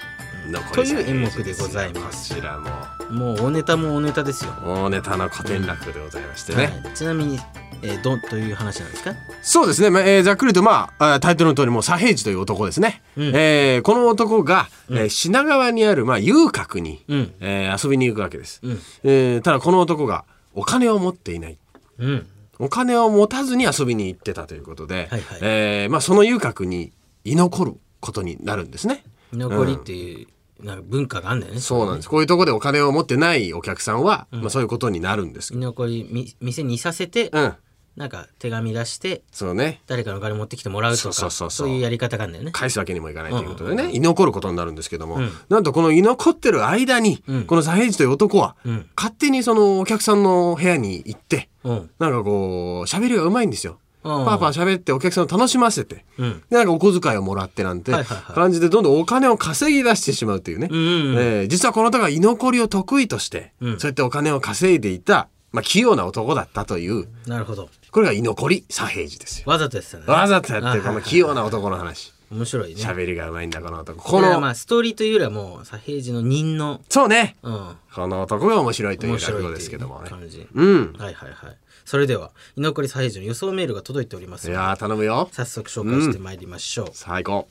[SPEAKER 1] という演目でございま
[SPEAKER 2] こ
[SPEAKER 1] す
[SPEAKER 2] ちらも、
[SPEAKER 1] もう大ネタも大ネタですよ、
[SPEAKER 2] 大ネタの古典落語でございましてね。
[SPEAKER 1] はい、ちなみに、えー、どんという話なんですか
[SPEAKER 2] そうですね、まあえーざっくりと、まあ、あータイトルの通りもう左平次という男ですね、
[SPEAKER 1] うん
[SPEAKER 2] えーこの男が、えー品川にある、まあ、遊郭に、
[SPEAKER 1] うん
[SPEAKER 2] えー遊びに行くわけです、
[SPEAKER 1] うん
[SPEAKER 2] えーただこの男がお金を持っていない
[SPEAKER 1] うん
[SPEAKER 2] お金を持たずに遊びに行ってたということで、
[SPEAKER 1] はいはい
[SPEAKER 2] えーまあ、その遊郭に居残ることになるんですね
[SPEAKER 1] 居残りっていう、なんか文化があんだよね
[SPEAKER 2] そうなんですこういうところでお金を持ってないお客さんは、まあ、そういうことになるんです
[SPEAKER 1] 居残りみ店にいさせて、
[SPEAKER 2] うん
[SPEAKER 1] なんか手紙出して
[SPEAKER 2] そうね
[SPEAKER 1] 誰かのお金持ってきてもらうと
[SPEAKER 2] そう
[SPEAKER 1] か
[SPEAKER 2] そうそうそう
[SPEAKER 1] いうやり方があるんだよね
[SPEAKER 2] 返すわけにもいかないということで
[SPEAKER 1] うんう
[SPEAKER 2] ね
[SPEAKER 1] ん
[SPEAKER 2] 居残ることになるんですけども
[SPEAKER 1] うん
[SPEAKER 2] なんとこの居残ってる間にこの左平次という男は
[SPEAKER 1] うん
[SPEAKER 2] 勝手にそのお客さんの部屋に行って
[SPEAKER 1] うん
[SPEAKER 2] なんかこう喋りがうまいんですよ。パ
[SPEAKER 1] うん
[SPEAKER 2] ーパー喋ってお客さんを楽しませて
[SPEAKER 1] うん
[SPEAKER 2] でなんかお小遣いをもらってなんて
[SPEAKER 1] はいはいはい
[SPEAKER 2] 感じでどんどんお金を稼ぎ出してしまうというね、
[SPEAKER 1] うん
[SPEAKER 2] えー実はこの方が居残りを得意として、
[SPEAKER 1] うん
[SPEAKER 2] そうやってお金を稼いでいた、まあ、器用な男だったという
[SPEAKER 1] なるほど
[SPEAKER 2] これが居残り左平次ですよ。
[SPEAKER 1] わざとやってたね
[SPEAKER 2] わざとやってるこ
[SPEAKER 1] あは
[SPEAKER 2] の
[SPEAKER 1] い
[SPEAKER 2] 器用な男の話
[SPEAKER 1] 面白いね
[SPEAKER 2] 喋りがうまいんだこの男
[SPEAKER 1] こ
[SPEAKER 2] こ
[SPEAKER 1] の
[SPEAKER 2] の、
[SPEAKER 1] まあストーリーというよりはもう左平次の任の
[SPEAKER 2] そうね
[SPEAKER 1] うん
[SPEAKER 2] この男が面白いという
[SPEAKER 1] 面白
[SPEAKER 2] 落
[SPEAKER 1] い
[SPEAKER 2] 語
[SPEAKER 1] っ
[SPEAKER 2] で
[SPEAKER 1] て
[SPEAKER 2] す
[SPEAKER 1] い
[SPEAKER 2] け
[SPEAKER 1] うね
[SPEAKER 2] どもね。
[SPEAKER 1] 感じ
[SPEAKER 2] うん
[SPEAKER 1] はいはいはいそれでは居残り左平次の予想メールが届いております
[SPEAKER 2] い
[SPEAKER 1] ので
[SPEAKER 2] やー頼むよ
[SPEAKER 1] 早速紹介してまいりましょう、
[SPEAKER 2] 最高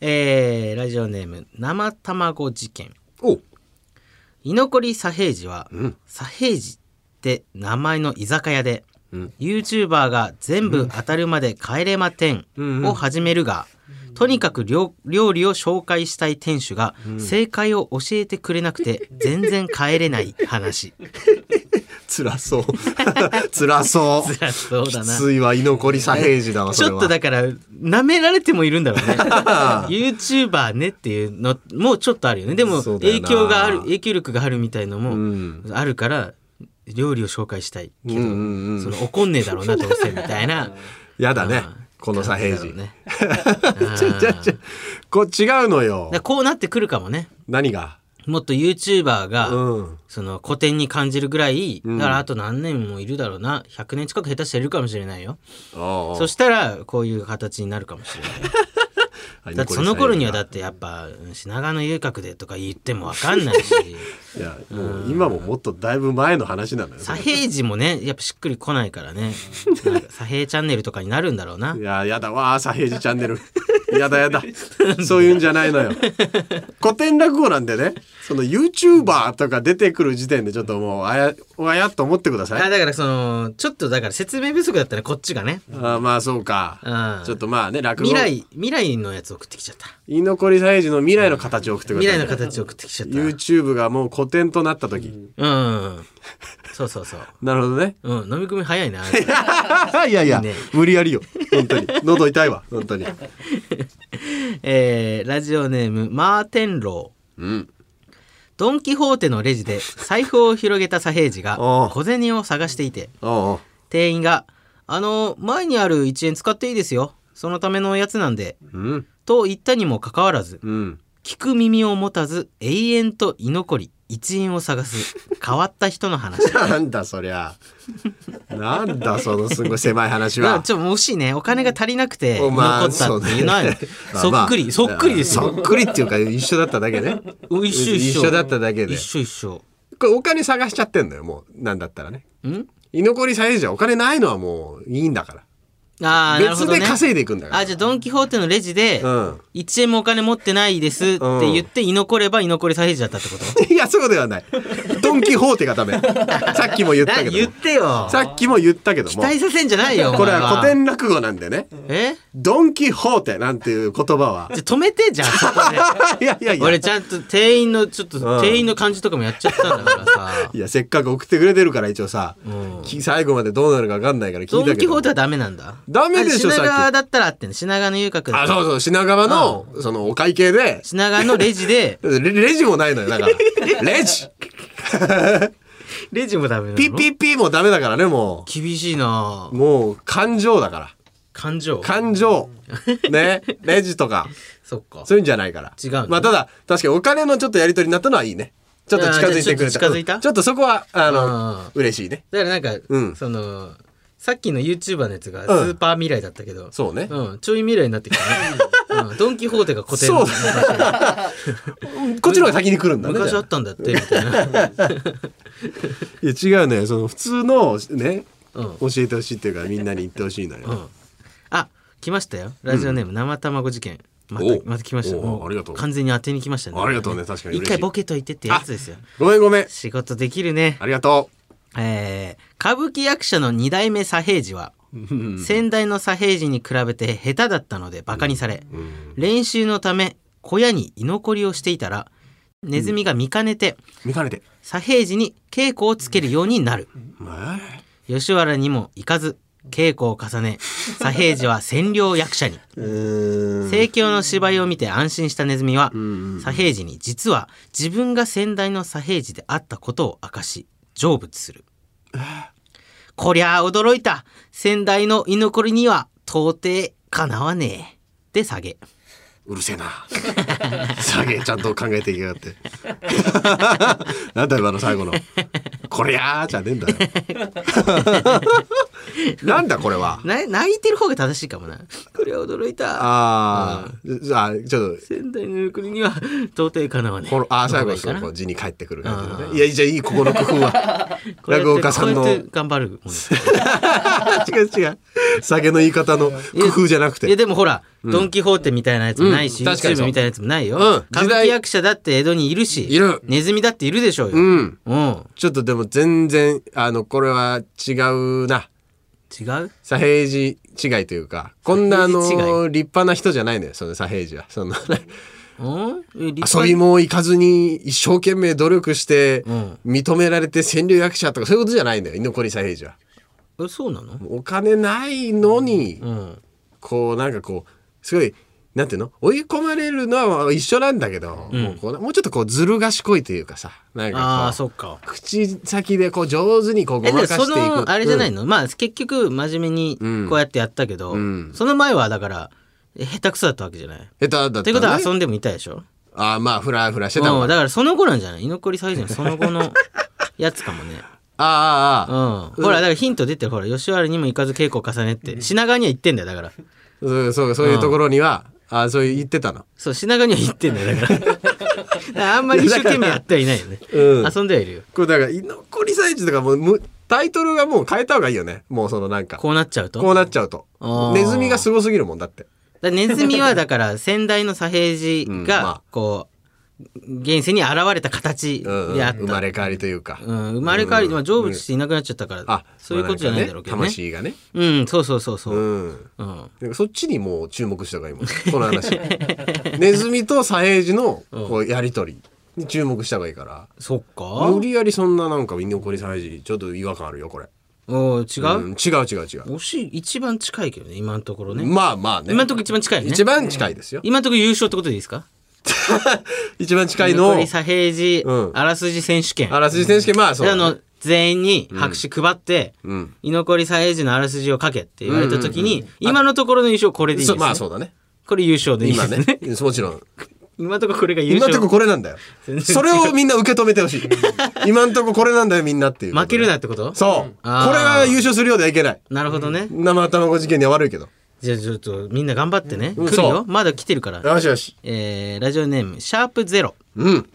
[SPEAKER 1] えーラジオネーム生卵事件
[SPEAKER 2] お
[SPEAKER 1] 居残り左平次は、左平次って名前の居酒屋で、YouTuber が全部当たるまで帰れま10を始めるが、とにかく料料理を紹介したい店主が正解を教えてくれなくて全然帰れない話
[SPEAKER 2] 辛そう
[SPEAKER 1] *laughs*
[SPEAKER 2] 辛そう
[SPEAKER 1] 辛そうだな
[SPEAKER 2] きついわ居残り左平次だわ
[SPEAKER 1] ち
[SPEAKER 2] それ
[SPEAKER 1] ょっ
[SPEAKER 2] は
[SPEAKER 1] とだから舐められてもいるんだろ
[SPEAKER 2] *laughs*
[SPEAKER 1] うね YouTuber ねっていうのもうちょっとあるよねでも
[SPEAKER 2] そうだ
[SPEAKER 1] 影
[SPEAKER 2] よな
[SPEAKER 1] 響がある影響力があるみたいのもあるから料理を紹介したいけど、
[SPEAKER 2] うんうんうん
[SPEAKER 1] その怒んねえだろうなどうせみたいな
[SPEAKER 2] *laughs* やだねこの左平次、
[SPEAKER 1] ね
[SPEAKER 2] ちょちょちょこう違うの
[SPEAKER 1] だ
[SPEAKER 2] よ
[SPEAKER 1] からこうなってくるかもね
[SPEAKER 2] 何が
[SPEAKER 1] もっと YouTuber が、
[SPEAKER 2] うん
[SPEAKER 1] その古典に感じるぐらい
[SPEAKER 2] ん
[SPEAKER 1] だからあと何年もいるだろうな100年近く下手しているかもしれないよ
[SPEAKER 2] おうおう
[SPEAKER 1] そしたらこういう形になるかもしれないだってその頃にはだってやっぱ品川の遊郭でとか言ってもわかんない *laughs* し
[SPEAKER 2] いやもう今ももっとだいぶ前の話なのよ
[SPEAKER 1] 左平次もねやっぱしっくりこないからねなんか左平チャンネルとかになるんだろうない
[SPEAKER 2] ややだわー左平次チャンネルやだやだそういうんじゃないのよ古典落語なんでねその YouTuber とか出てくる時点でちょっともうあやおやっと思ってくださ
[SPEAKER 1] *laughs* あ
[SPEAKER 2] い
[SPEAKER 1] だからそのちょっとだから説明不足だったねこっちがね、
[SPEAKER 2] あまあそうか
[SPEAKER 1] うん、
[SPEAKER 2] ちょっとまあね落語
[SPEAKER 1] 未来未来のやつ送ってきちゃ *laughs* った
[SPEAKER 2] 居残り左平次の未来の形を送ってくだ
[SPEAKER 1] 未
[SPEAKER 2] さい
[SPEAKER 1] 来の形送ってきちゃった
[SPEAKER 2] YouTube がもう古典となった時、
[SPEAKER 1] うんそうそうそう
[SPEAKER 2] なるほどね
[SPEAKER 1] うん飲み込み早いな
[SPEAKER 2] いやいや
[SPEAKER 1] *laughs* いいね
[SPEAKER 2] 無理やりよ本当に喉痛いわ本当に
[SPEAKER 1] *laughs* えーラジオネームマーテンロー
[SPEAKER 2] うん
[SPEAKER 1] ドン・キホーテのレジで財布を広げた左平次が
[SPEAKER 2] おう
[SPEAKER 1] 小銭を探していて
[SPEAKER 2] おうおう
[SPEAKER 1] 店員が「あの前にある1円使っていいですよそのためのやつなんで
[SPEAKER 2] うん」
[SPEAKER 1] と言ったにもかかわらず
[SPEAKER 2] うん
[SPEAKER 1] 聞く耳を持たず永遠と居残り1円を探す変わった人の
[SPEAKER 2] *laughs*
[SPEAKER 1] 話
[SPEAKER 2] なんだそりゃなんだそのすごい狭い話
[SPEAKER 1] まあ
[SPEAKER 2] は
[SPEAKER 1] ちょっと惜しいねお金が足りなくて残
[SPEAKER 2] おまあ
[SPEAKER 1] ったっていうのは
[SPEAKER 2] そうね
[SPEAKER 1] *laughs*
[SPEAKER 2] *laughs*
[SPEAKER 1] そっくり、
[SPEAKER 2] まあ
[SPEAKER 1] そっくりです
[SPEAKER 2] そ
[SPEAKER 1] よ
[SPEAKER 2] っくりっていうか一緒だっただけね
[SPEAKER 1] 一緒一緒
[SPEAKER 2] だっただけで
[SPEAKER 1] 一緒一緒
[SPEAKER 2] これお金探しちゃってんのよもうなんだったらね
[SPEAKER 1] ん
[SPEAKER 2] 居残り左平次はお金ないのはもういいんだから *laughs*
[SPEAKER 1] ああ、なるほ
[SPEAKER 2] 別
[SPEAKER 1] どね
[SPEAKER 2] で稼いでいくんだから
[SPEAKER 1] あじゃあドン・キホーテのレジで
[SPEAKER 2] うん
[SPEAKER 1] 1円もお金持ってないですって言って居残れば居残り左平次だったってこと
[SPEAKER 2] いやそうではないドン・キホーテが
[SPEAKER 1] *laughs*
[SPEAKER 2] ダメさっきも言ったけ
[SPEAKER 1] だ
[SPEAKER 2] ど
[SPEAKER 1] 言ってよ
[SPEAKER 2] さっきも言ったけども
[SPEAKER 1] 期待させんじゃないよお前
[SPEAKER 2] これは古典落語なんでね
[SPEAKER 1] え
[SPEAKER 2] ドン・キホーテなんていう言葉
[SPEAKER 1] *laughs*
[SPEAKER 2] は
[SPEAKER 1] じゃあ止めてじゃんそこで
[SPEAKER 2] *laughs* いやいやいや
[SPEAKER 1] 俺ちゃんと店員のちょっと店員の感じとかもやっちゃったんだ
[SPEAKER 2] *laughs*
[SPEAKER 1] からさ
[SPEAKER 2] いやせっかく送ってくれてるから一応さ、
[SPEAKER 1] うん
[SPEAKER 2] き最後までどうなるか分かんないから聞いた
[SPEAKER 1] ド
[SPEAKER 2] けど
[SPEAKER 1] ン・キホーテはダメなんだ
[SPEAKER 2] ダメでしょ
[SPEAKER 1] あ
[SPEAKER 2] さっき
[SPEAKER 1] 品川だったらあってね品川の遊郭だ
[SPEAKER 2] あ
[SPEAKER 1] ったら
[SPEAKER 2] そうそう品川の、そのお会計で
[SPEAKER 1] 品川のレジ
[SPEAKER 2] *laughs*
[SPEAKER 1] で
[SPEAKER 2] レレジもないのよだ
[SPEAKER 1] *laughs*
[SPEAKER 2] からレジ
[SPEAKER 1] レジもダメなの
[SPEAKER 2] ピッピッピーもダメだからねも
[SPEAKER 1] 厳しいな
[SPEAKER 2] うもう感情だから
[SPEAKER 1] 感情
[SPEAKER 2] 感情ねレジとか
[SPEAKER 1] そっか
[SPEAKER 2] そういうんじゃないから
[SPEAKER 1] 違うの
[SPEAKER 2] まあただ確かにお金のちょっとやり取りになったのはいいねちょっと近づいてくれ
[SPEAKER 1] あーじ
[SPEAKER 2] た
[SPEAKER 1] ゃあちょっと近づいた
[SPEAKER 2] うんちょっとそこはあ
[SPEAKER 1] うん
[SPEAKER 2] の嬉しいね
[SPEAKER 1] だからなんか、
[SPEAKER 2] うん
[SPEAKER 1] そのさっきの YouTuber のやつがス
[SPEAKER 2] うん
[SPEAKER 1] ーパー未来だったけど、
[SPEAKER 2] そうね
[SPEAKER 1] うん、ちょい未来になってきた
[SPEAKER 2] *laughs*
[SPEAKER 1] ね、うん、ドン・キホーテが古典
[SPEAKER 2] そう
[SPEAKER 1] の
[SPEAKER 2] こっちの方が先に来るんだね
[SPEAKER 1] 昔あ
[SPEAKER 2] じゃあ
[SPEAKER 1] ったんだってみたいな、
[SPEAKER 2] いや違うねその普通のね
[SPEAKER 1] うん
[SPEAKER 2] 教えてほしいっていうかみんなに言ってほしいのよ、
[SPEAKER 1] うん、あ来ましたよラジオネーム、生卵事件また
[SPEAKER 2] お
[SPEAKER 1] また来ました
[SPEAKER 2] お
[SPEAKER 1] もう
[SPEAKER 2] ありがとう
[SPEAKER 1] 完全に当てに来ましたね
[SPEAKER 2] ありがとうね確かに嬉しい
[SPEAKER 1] 一回ボケといてってやつですよ
[SPEAKER 2] ごめんごめん
[SPEAKER 1] 仕事できるね
[SPEAKER 2] ありがと
[SPEAKER 1] えー歌舞伎役者の二代目左平次は先代の左平次に比べて下手だったのでバカにされ、練習のため小屋に居残りをしていたらネズミが見かねて
[SPEAKER 2] う見かねて
[SPEAKER 1] 左平次に稽古をつけるようになる、
[SPEAKER 2] まあ
[SPEAKER 1] 吉原にも行かず稽古を重ね左平次は占領役者に盛況の芝居を見て安心したネズミは左平次に実は自分が先代の左平次であったことを明かし成仏するこりゃあ驚いた先代の居残りには到底かなわねえで下げ
[SPEAKER 2] うるせえな下げちゃんと考えていけやがってなんだよ今の最後のこりゃーじゃねえんだよなんだこれは
[SPEAKER 1] な泣いてる方が正しいかもなこれは驚いた
[SPEAKER 2] ああ、じゃあちょっと
[SPEAKER 1] 仙台の国には到底かなわね
[SPEAKER 2] このあー最後はそうこう字に帰ってくる感じのねいやじゃあいいここの工夫は *laughs* 落語家さん
[SPEAKER 1] こ
[SPEAKER 2] の
[SPEAKER 1] うやって頑張るもんです
[SPEAKER 2] 違う違う下げの言い方の工夫じゃなくて
[SPEAKER 1] いやでもほら、ドン・キホーテみたいなやつもないし、
[SPEAKER 2] うん確かに
[SPEAKER 1] YouTube
[SPEAKER 2] そう
[SPEAKER 1] みたいなやつもないよ、
[SPEAKER 2] うん
[SPEAKER 1] 歌舞伎役者だって江戸にいるし
[SPEAKER 2] いる
[SPEAKER 1] ネズミだっているでしょうよ、
[SPEAKER 2] うん
[SPEAKER 1] うん
[SPEAKER 2] ちょっとでも全然あのこれは違うな
[SPEAKER 1] 違う
[SPEAKER 2] 左平次違いというかこんなあの
[SPEAKER 1] 左平
[SPEAKER 2] 立
[SPEAKER 1] 次
[SPEAKER 2] 派な人じゃないのよその左平次はそ *laughs*
[SPEAKER 1] うん
[SPEAKER 2] の
[SPEAKER 1] え立派
[SPEAKER 2] 遊びも行かずに一生懸命努力して
[SPEAKER 1] うん
[SPEAKER 2] 認められて占領役者とかそういうことじゃないのよ居残り左平次は
[SPEAKER 1] えそうなの
[SPEAKER 2] お金ないのに
[SPEAKER 1] うん
[SPEAKER 2] こうなんかこうすごいなんていうの追い込まれるのは一緒なんだけど、
[SPEAKER 1] うん
[SPEAKER 2] もうこうもうちょっとこうずる賢いというかさなん
[SPEAKER 1] ああー
[SPEAKER 2] かこ
[SPEAKER 1] そっか
[SPEAKER 2] う口先でこう上手にこうご
[SPEAKER 1] えで
[SPEAKER 2] ま
[SPEAKER 1] も
[SPEAKER 2] かして
[SPEAKER 1] そ
[SPEAKER 2] いく
[SPEAKER 1] のあれじゃない
[SPEAKER 2] うん
[SPEAKER 1] の、まあ結局真面目に
[SPEAKER 2] うん
[SPEAKER 1] こうやってやったけど、
[SPEAKER 2] うん
[SPEAKER 1] その前はだからえ下手くそだったわけじゃない。
[SPEAKER 2] 下手だった
[SPEAKER 1] ということは
[SPEAKER 2] ね
[SPEAKER 1] 遊んでもいたでしょ
[SPEAKER 2] ああまあフラフラしてた
[SPEAKER 1] う
[SPEAKER 2] も
[SPEAKER 1] ん
[SPEAKER 2] ん
[SPEAKER 1] だ
[SPEAKER 2] あ
[SPEAKER 1] からその後なんじゃない居残り最善その後のやつかもね。う
[SPEAKER 2] あ
[SPEAKER 1] ん、
[SPEAKER 2] ああ
[SPEAKER 1] ほらだからヒント出てるほら吉原にも行かず稽古を重ねって品川には行ってんだよだから
[SPEAKER 2] そうそうそういうところには、ああそういう言ってたの
[SPEAKER 1] そう品川には行ってんだよだからだ
[SPEAKER 2] *laughs*
[SPEAKER 1] からあんまり一生懸命やってはいないよね、
[SPEAKER 2] うん
[SPEAKER 1] 遊んではいるよ
[SPEAKER 2] これだから居残り祭地とかもうむタイトルがもう変えた方がいいよねもうそのなんかこ
[SPEAKER 1] こうなっちゃう
[SPEAKER 2] う
[SPEAKER 1] と
[SPEAKER 2] なっちゃうと
[SPEAKER 1] あー
[SPEAKER 2] ネズミがすごすぎるもんだって
[SPEAKER 1] だからネズミはだから先代の左平
[SPEAKER 2] うん
[SPEAKER 1] 次
[SPEAKER 2] まあ
[SPEAKER 1] がこう現世に現れた形で
[SPEAKER 2] うんうん
[SPEAKER 1] あった、
[SPEAKER 2] 生まれ変わりというか、
[SPEAKER 1] うん生まれ変わりまあ成仏していなくなっちゃったから、
[SPEAKER 2] あ
[SPEAKER 1] そういうことじゃないんだろうけどね
[SPEAKER 2] まあなんかね魂がね
[SPEAKER 1] うんそうそうそうそう、
[SPEAKER 2] うん
[SPEAKER 1] うん
[SPEAKER 2] なんかそっちにもう注目した方がいいもんこ
[SPEAKER 1] *laughs*
[SPEAKER 2] の話ネズミと左平次のこうやり取りに注目した方がいいから
[SPEAKER 1] そっか
[SPEAKER 2] 無理やりそんななんか居残り左平次ちょっと違和感あるよこれ
[SPEAKER 1] おー違う、
[SPEAKER 2] ん違う違う違う
[SPEAKER 1] 惜しい一番近いけどね今のところね、
[SPEAKER 2] まあまあね
[SPEAKER 1] 今のところ一番近いよね
[SPEAKER 2] 一番近いですよ
[SPEAKER 1] 今のところ優勝ってことでいいですか
[SPEAKER 2] 一番近いの
[SPEAKER 1] 残り左平次、
[SPEAKER 2] うん
[SPEAKER 1] あらすじ選手権
[SPEAKER 2] あらすじ選手権まあそう
[SPEAKER 1] あ
[SPEAKER 2] だね
[SPEAKER 1] の全員に拍手配って、
[SPEAKER 2] うん
[SPEAKER 1] 居残り左平次のあらすじを書けって言われた時に、
[SPEAKER 2] うんうんうん
[SPEAKER 1] 今のところの優勝これでいいんです
[SPEAKER 2] そ
[SPEAKER 1] ね
[SPEAKER 2] まあそうだね
[SPEAKER 1] これ優勝でいいで
[SPEAKER 2] 今
[SPEAKER 1] すね
[SPEAKER 2] ねもちろん
[SPEAKER 1] *laughs* 今のところこれが優
[SPEAKER 2] 今ん
[SPEAKER 1] 勝
[SPEAKER 2] とここれなんだよ
[SPEAKER 1] 全然違う
[SPEAKER 2] それをみんな受け止めてほしい今んとここれなんだよみんなっていうこと
[SPEAKER 1] 負けるなってこと
[SPEAKER 2] そうこれ
[SPEAKER 1] あー
[SPEAKER 2] が優勝するようではいけない
[SPEAKER 1] なるほどね、
[SPEAKER 2] 生卵事件には悪いけど
[SPEAKER 1] じゃあちょっとみんな頑張ってね、
[SPEAKER 2] うん
[SPEAKER 1] 来る
[SPEAKER 2] そ
[SPEAKER 1] よ
[SPEAKER 2] う
[SPEAKER 1] まだ来てるから
[SPEAKER 2] よしよし
[SPEAKER 1] えーラジオネームシャープゼロ
[SPEAKER 2] うん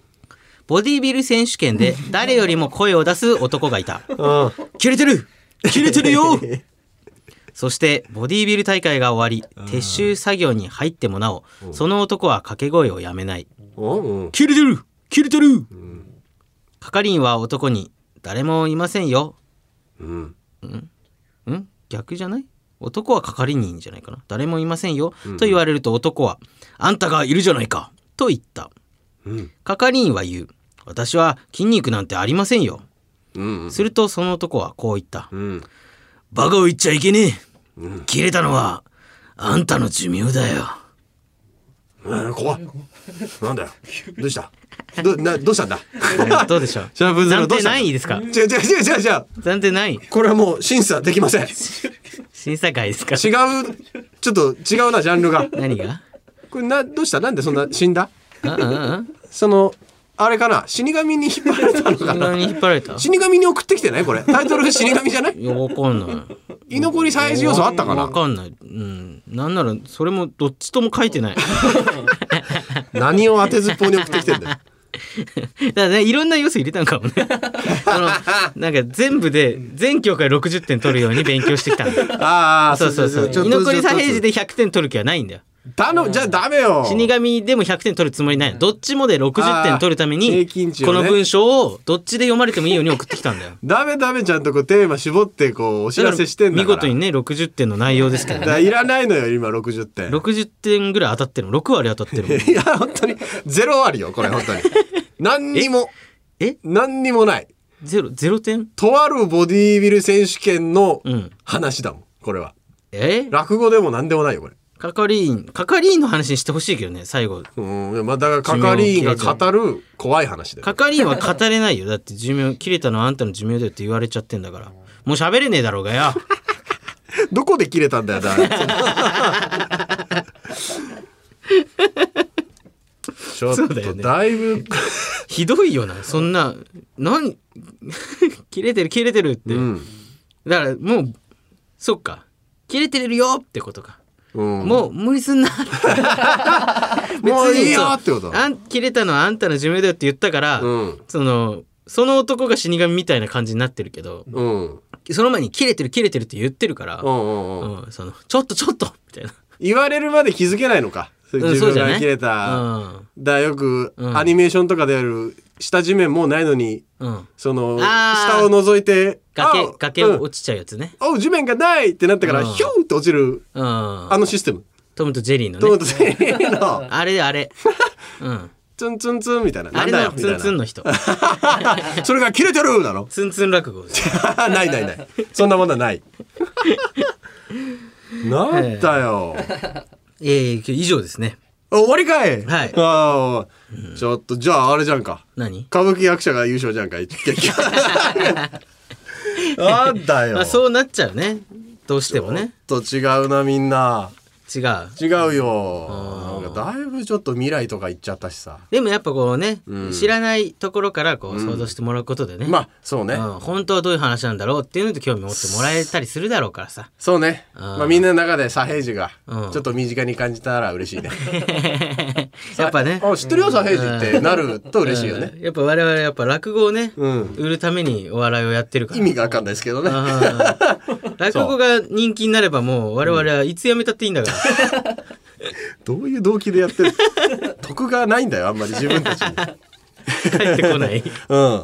[SPEAKER 1] ボディビル選手権で誰よりも声を出す男がいた
[SPEAKER 2] うん
[SPEAKER 1] 切れてる切れてる
[SPEAKER 2] *laughs*
[SPEAKER 1] よそしてボディビル大会が終わり撤収作業に入ってもなおその男は掛け声をやめない
[SPEAKER 2] うん
[SPEAKER 1] 切れてる切れてる、係員は男に「誰もいませんよ
[SPEAKER 2] うん」
[SPEAKER 1] ん逆じゃない男は係員じゃないかな誰もいませんよ、と言われると男は「あんたがいるじゃないか」と言った
[SPEAKER 2] うん
[SPEAKER 1] 係員は言う「私は筋肉なんてありませんよ」
[SPEAKER 2] うん
[SPEAKER 1] するとその男はこう言った
[SPEAKER 2] うん
[SPEAKER 1] 「バカを言っちゃいけねえ切れたのはあんたの寿命だよ
[SPEAKER 2] うん怖いなんだよどうしたどなどうしたんだ」
[SPEAKER 1] どうでしょう
[SPEAKER 2] シャープゼロ
[SPEAKER 1] 暫
[SPEAKER 2] どう
[SPEAKER 1] 定
[SPEAKER 2] したんだ
[SPEAKER 1] ないですか
[SPEAKER 2] 違う違う違う違う違う
[SPEAKER 1] 暫定ない
[SPEAKER 2] これはもう審査できません違う
[SPEAKER 1] 審査会ですか
[SPEAKER 2] ちょっと違うなジャンルが
[SPEAKER 1] 何が
[SPEAKER 2] これなどうしたなんでそんな死んだ
[SPEAKER 1] うんうんうん
[SPEAKER 2] そのあれかな死神に引っ張られたのか
[SPEAKER 1] 死神に
[SPEAKER 2] な
[SPEAKER 1] 引っ張ら
[SPEAKER 2] *laughs*
[SPEAKER 1] れた
[SPEAKER 2] 死神に送ってきてないこれタイトルが死神じゃない
[SPEAKER 1] いやわかんない
[SPEAKER 2] 居残り催事要素あったかな
[SPEAKER 1] わかんない。うん。なんならそれもどっちとも書いて *laughs* ない。
[SPEAKER 2] 何を当てずっぽうに送ってきてん
[SPEAKER 1] *laughs*
[SPEAKER 2] だよ
[SPEAKER 1] だからねいろんな要素入れたんかもね。 *laughs* そのなんか全部で全教科60点取るように勉強してきたんだ。
[SPEAKER 2] ああ
[SPEAKER 1] そうそうそう。居残り左平次
[SPEAKER 2] で
[SPEAKER 1] で100点取る気はないんだよ。
[SPEAKER 2] 頼むじゃあダメよ
[SPEAKER 1] 死神でも100点取るつもりないの。どっちもで60点取るため
[SPEAKER 2] あー平
[SPEAKER 1] に
[SPEAKER 2] 均値を
[SPEAKER 1] こ
[SPEAKER 2] ね
[SPEAKER 1] の文章をどっちで読まれてもいいように送ってきたんだよ。
[SPEAKER 2] ダメダメちゃんとこうテーマ絞ってこうお知らせしてんだ
[SPEAKER 1] 見
[SPEAKER 2] から
[SPEAKER 1] 事にね60点の内容ですけど
[SPEAKER 2] だ
[SPEAKER 1] ね
[SPEAKER 2] からいらないのよ今60点
[SPEAKER 1] 60点ぐらい当たってるの6割当たっ
[SPEAKER 2] *laughs*
[SPEAKER 1] てるもん
[SPEAKER 2] いや本当にゼロあるよこれ本当に何にも
[SPEAKER 1] え
[SPEAKER 2] 何にもない
[SPEAKER 1] ゼロゼロ点
[SPEAKER 2] とあるボディービル選手権の
[SPEAKER 1] うん
[SPEAKER 2] 話だもんこれは。
[SPEAKER 1] え
[SPEAKER 2] 落語でも何でもないよこれ。
[SPEAKER 1] 係員係員の話にしてほしいけどね最後
[SPEAKER 2] うんいやまあだから係員が語る怖い話だよ。
[SPEAKER 1] 係員は語れないよだって寿命切れたのはあんたの寿命だよって言われちゃってんだからもう喋れねえだろうが
[SPEAKER 2] *laughs*
[SPEAKER 1] よ
[SPEAKER 2] どこで切れたんだよだ
[SPEAKER 1] *laughs*
[SPEAKER 2] からちょっ
[SPEAKER 1] そうだよ
[SPEAKER 2] と
[SPEAKER 1] ね
[SPEAKER 2] だいぶ
[SPEAKER 1] ひどいよなそん *laughs* な何切れてる切れてるって、だからもうそっか切れてるよってことか、もう無理すんな
[SPEAKER 2] *laughs* もういいよ
[SPEAKER 1] そう
[SPEAKER 2] ってこと
[SPEAKER 1] あん切れたのはあんたの寿命だよって言ったから、そのその男が死神みたいな感じになってるけど、その前に切れてる切れてるって言ってるから、うんそのちょっとちょっとみたいな
[SPEAKER 2] 言われるまで気づけないのか。
[SPEAKER 1] ん
[SPEAKER 2] 自
[SPEAKER 1] そう
[SPEAKER 2] 分
[SPEAKER 1] じゃな
[SPEAKER 2] が
[SPEAKER 1] い
[SPEAKER 2] 切れた。だからよく
[SPEAKER 1] うん
[SPEAKER 2] アニメーションとかである下地面もうないのに、
[SPEAKER 1] うん
[SPEAKER 2] その
[SPEAKER 1] あー
[SPEAKER 2] 下を覗いて
[SPEAKER 1] 崖
[SPEAKER 2] あ
[SPEAKER 1] 崖
[SPEAKER 2] うん
[SPEAKER 1] 落ちちゃうやつね、
[SPEAKER 2] おう地面がないってなってから
[SPEAKER 1] うん
[SPEAKER 2] ヒュンって落ちる
[SPEAKER 1] うん、あ
[SPEAKER 2] あのシステム。
[SPEAKER 1] トムとジェリーのね
[SPEAKER 2] トムとジェリーの
[SPEAKER 1] あれあれ、うん、
[SPEAKER 2] ツンツンツンみたいな。
[SPEAKER 1] あれ
[SPEAKER 2] な
[SPEAKER 1] の
[SPEAKER 2] んだよみ
[SPEAKER 1] ツ
[SPEAKER 2] たいな
[SPEAKER 1] ンツンの人
[SPEAKER 2] *laughs* それが切れてるだろ。
[SPEAKER 1] ツンツン落語
[SPEAKER 2] *laughs* ないないない。そんなもの
[SPEAKER 1] *laughs*
[SPEAKER 2] はない。なんだよ。
[SPEAKER 1] ええ以上ですね。
[SPEAKER 2] 終わりかい。
[SPEAKER 1] はい。
[SPEAKER 2] ああ、ちょっとじゃああれじゃんか。
[SPEAKER 1] 何？
[SPEAKER 2] 歌舞伎役者が優勝じゃんか。結
[SPEAKER 1] *laughs*
[SPEAKER 2] 局なんだよ。
[SPEAKER 1] まあそうなっちゃうねどうしてもね
[SPEAKER 2] ちょっと違うなみんな
[SPEAKER 1] 違う
[SPEAKER 2] 違うよなんかだいぶちょっと未来とか行っちゃったしさ
[SPEAKER 1] でもやっぱこうね、
[SPEAKER 2] うん
[SPEAKER 1] 知らないところからこう
[SPEAKER 2] うん
[SPEAKER 1] 想像してもらうことでね、
[SPEAKER 2] まあそうね
[SPEAKER 1] ん本当はどういう話なんだろうっていうので興味持ってもらえたりするだろうから
[SPEAKER 2] *laughs*
[SPEAKER 1] さ
[SPEAKER 2] そうねまあみんなの中で左平次が
[SPEAKER 1] うん
[SPEAKER 2] ちょっと身近に感じたら嬉しいね
[SPEAKER 1] *laughs* やっぱね
[SPEAKER 2] あ知ってるよ左平次ってなると嬉しいよね
[SPEAKER 1] うんやっぱ我々やっぱ落語をね、売るためにお笑いをやってるから
[SPEAKER 2] 意味がわかんないですけどね
[SPEAKER 1] あ
[SPEAKER 2] *laughs*
[SPEAKER 1] ー落語が人気になればもう我々はいつ辞めたっていいんだから、
[SPEAKER 2] どういう動機でやってる *laughs* 得がないんだよあんまり自分たちに
[SPEAKER 1] 帰ってこない
[SPEAKER 2] *laughs* うん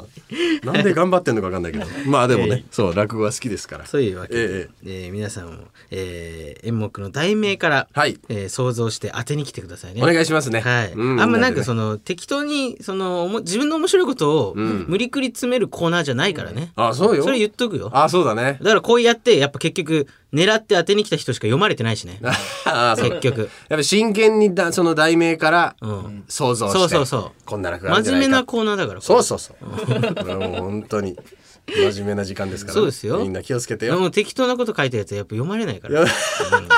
[SPEAKER 2] なんで頑張ってんのかわかんないけどまあでも
[SPEAKER 1] いや
[SPEAKER 2] ねそう落語は好きですから
[SPEAKER 1] そういうわけで、
[SPEAKER 2] え
[SPEAKER 1] えー皆さんも、えー演目の題名から、えー想像して当てに来てくださいね。
[SPEAKER 2] お願いしますね
[SPEAKER 1] はい。
[SPEAKER 2] うん
[SPEAKER 1] あんまなん
[SPEAKER 2] みんなでね
[SPEAKER 1] かその、適当にそのおも自分の面白いことを無理くり詰めるコーナーじゃないからね。
[SPEAKER 2] あそうよ
[SPEAKER 1] それ言っとくよ。
[SPEAKER 2] あそうだね
[SPEAKER 1] だからこうやってやっぱ結局狙って当てに来た人しか読まれてないしね。
[SPEAKER 2] ああそう
[SPEAKER 1] 結局。
[SPEAKER 2] やっぱ真剣にだその題名から想像して、
[SPEAKER 1] そうそうそう
[SPEAKER 2] こんな楽あるんじ
[SPEAKER 1] 真
[SPEAKER 2] ゃないか
[SPEAKER 1] 面目なコーナーだから。
[SPEAKER 2] そうそ
[SPEAKER 1] *laughs*
[SPEAKER 2] うそうこれはもう本当に真面目な時間ですから、
[SPEAKER 1] そうですよ
[SPEAKER 2] みんな気をつけて
[SPEAKER 1] でも
[SPEAKER 2] よ
[SPEAKER 1] う適当なこと書いたやつはやっぱ読まれないから、うん *laughs*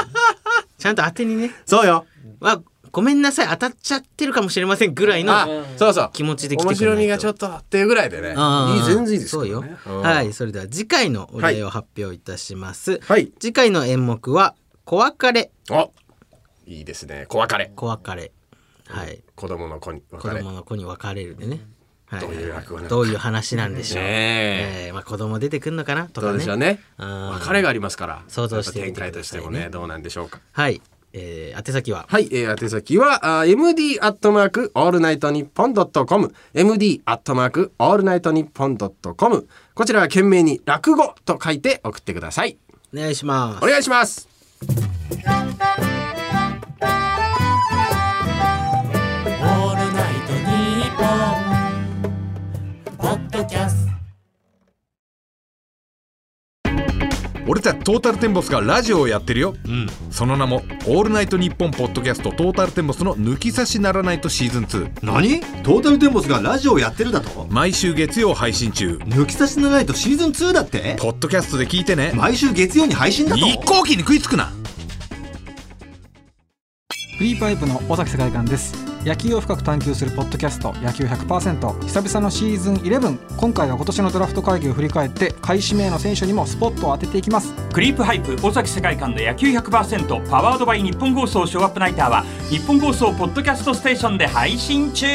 [SPEAKER 1] ちゃんと当てにね
[SPEAKER 2] そうよ
[SPEAKER 1] まあごめんなさい当たっちゃってるかもしれませんぐらいの
[SPEAKER 2] あそうそう
[SPEAKER 1] 気持ちで来てく
[SPEAKER 2] 面
[SPEAKER 1] れ
[SPEAKER 2] 白
[SPEAKER 1] ない
[SPEAKER 2] み
[SPEAKER 1] と
[SPEAKER 2] がちょっとっていうぐらいでね
[SPEAKER 1] あ
[SPEAKER 2] いい
[SPEAKER 1] ー
[SPEAKER 2] 全然いいです
[SPEAKER 1] そうよ、
[SPEAKER 2] うん
[SPEAKER 1] はいそれでは次回のお題を発表いたします、
[SPEAKER 2] はい、
[SPEAKER 1] 次回の演目は「小別れ
[SPEAKER 2] あいいですね小別れ」
[SPEAKER 1] 「小別れ」はい
[SPEAKER 2] 子供の子に
[SPEAKER 1] 子
[SPEAKER 2] 別れ
[SPEAKER 1] 供の子に別れるでね、はい、
[SPEAKER 2] どういう落語なのか
[SPEAKER 1] どういう話なんでしょう、
[SPEAKER 2] ね
[SPEAKER 1] ええまあ、子供出てくんのかなとか
[SPEAKER 2] どう
[SPEAKER 1] ね
[SPEAKER 2] でしょうね
[SPEAKER 1] うん
[SPEAKER 2] 別れがありますから
[SPEAKER 1] 想像して
[SPEAKER 2] やっ
[SPEAKER 1] み
[SPEAKER 2] ぱ
[SPEAKER 1] て
[SPEAKER 2] 展開
[SPEAKER 1] くだ
[SPEAKER 2] とし
[SPEAKER 1] さ
[SPEAKER 2] て
[SPEAKER 1] い
[SPEAKER 2] も
[SPEAKER 1] ね
[SPEAKER 2] ねどうなんでしょうか
[SPEAKER 1] はい、えー、宛先は
[SPEAKER 2] はい、えー、宛先は、あー md アットマークオールナイトニッポンドットコム、md アットマークオールナイトニッポンドットコム。こちらは懸命に落語と書いて送ってください。
[SPEAKER 1] お願いします
[SPEAKER 2] お願いします。
[SPEAKER 12] 俺たちトータルテンボスがラジオをやってるよ、その名も「オールナイトニッポン」ポッドキャストトータルテンボスの「抜き差しならないと」シーズン2
[SPEAKER 4] 何トータルテンボスがラジオをやってるだと
[SPEAKER 12] 毎週月曜配信中
[SPEAKER 4] 抜き差しならないとシーズン2だって
[SPEAKER 12] ポッドキャストで聞いてね
[SPEAKER 4] 毎週月曜に配信だと
[SPEAKER 12] 一向機に食いつくな
[SPEAKER 13] フリーパイプの尾崎世界観です野球を深く探求するポッドキャスト野球100%久々のシーズン11今回は今年のドラフト会議を振り返って下位指名の選手にもスポットを当てていきます
[SPEAKER 14] クリープハイプ尾崎世界観の野球100%パワードバイ日本放送ショーアップナイターは日本放送ポッドキャストステーションで配信中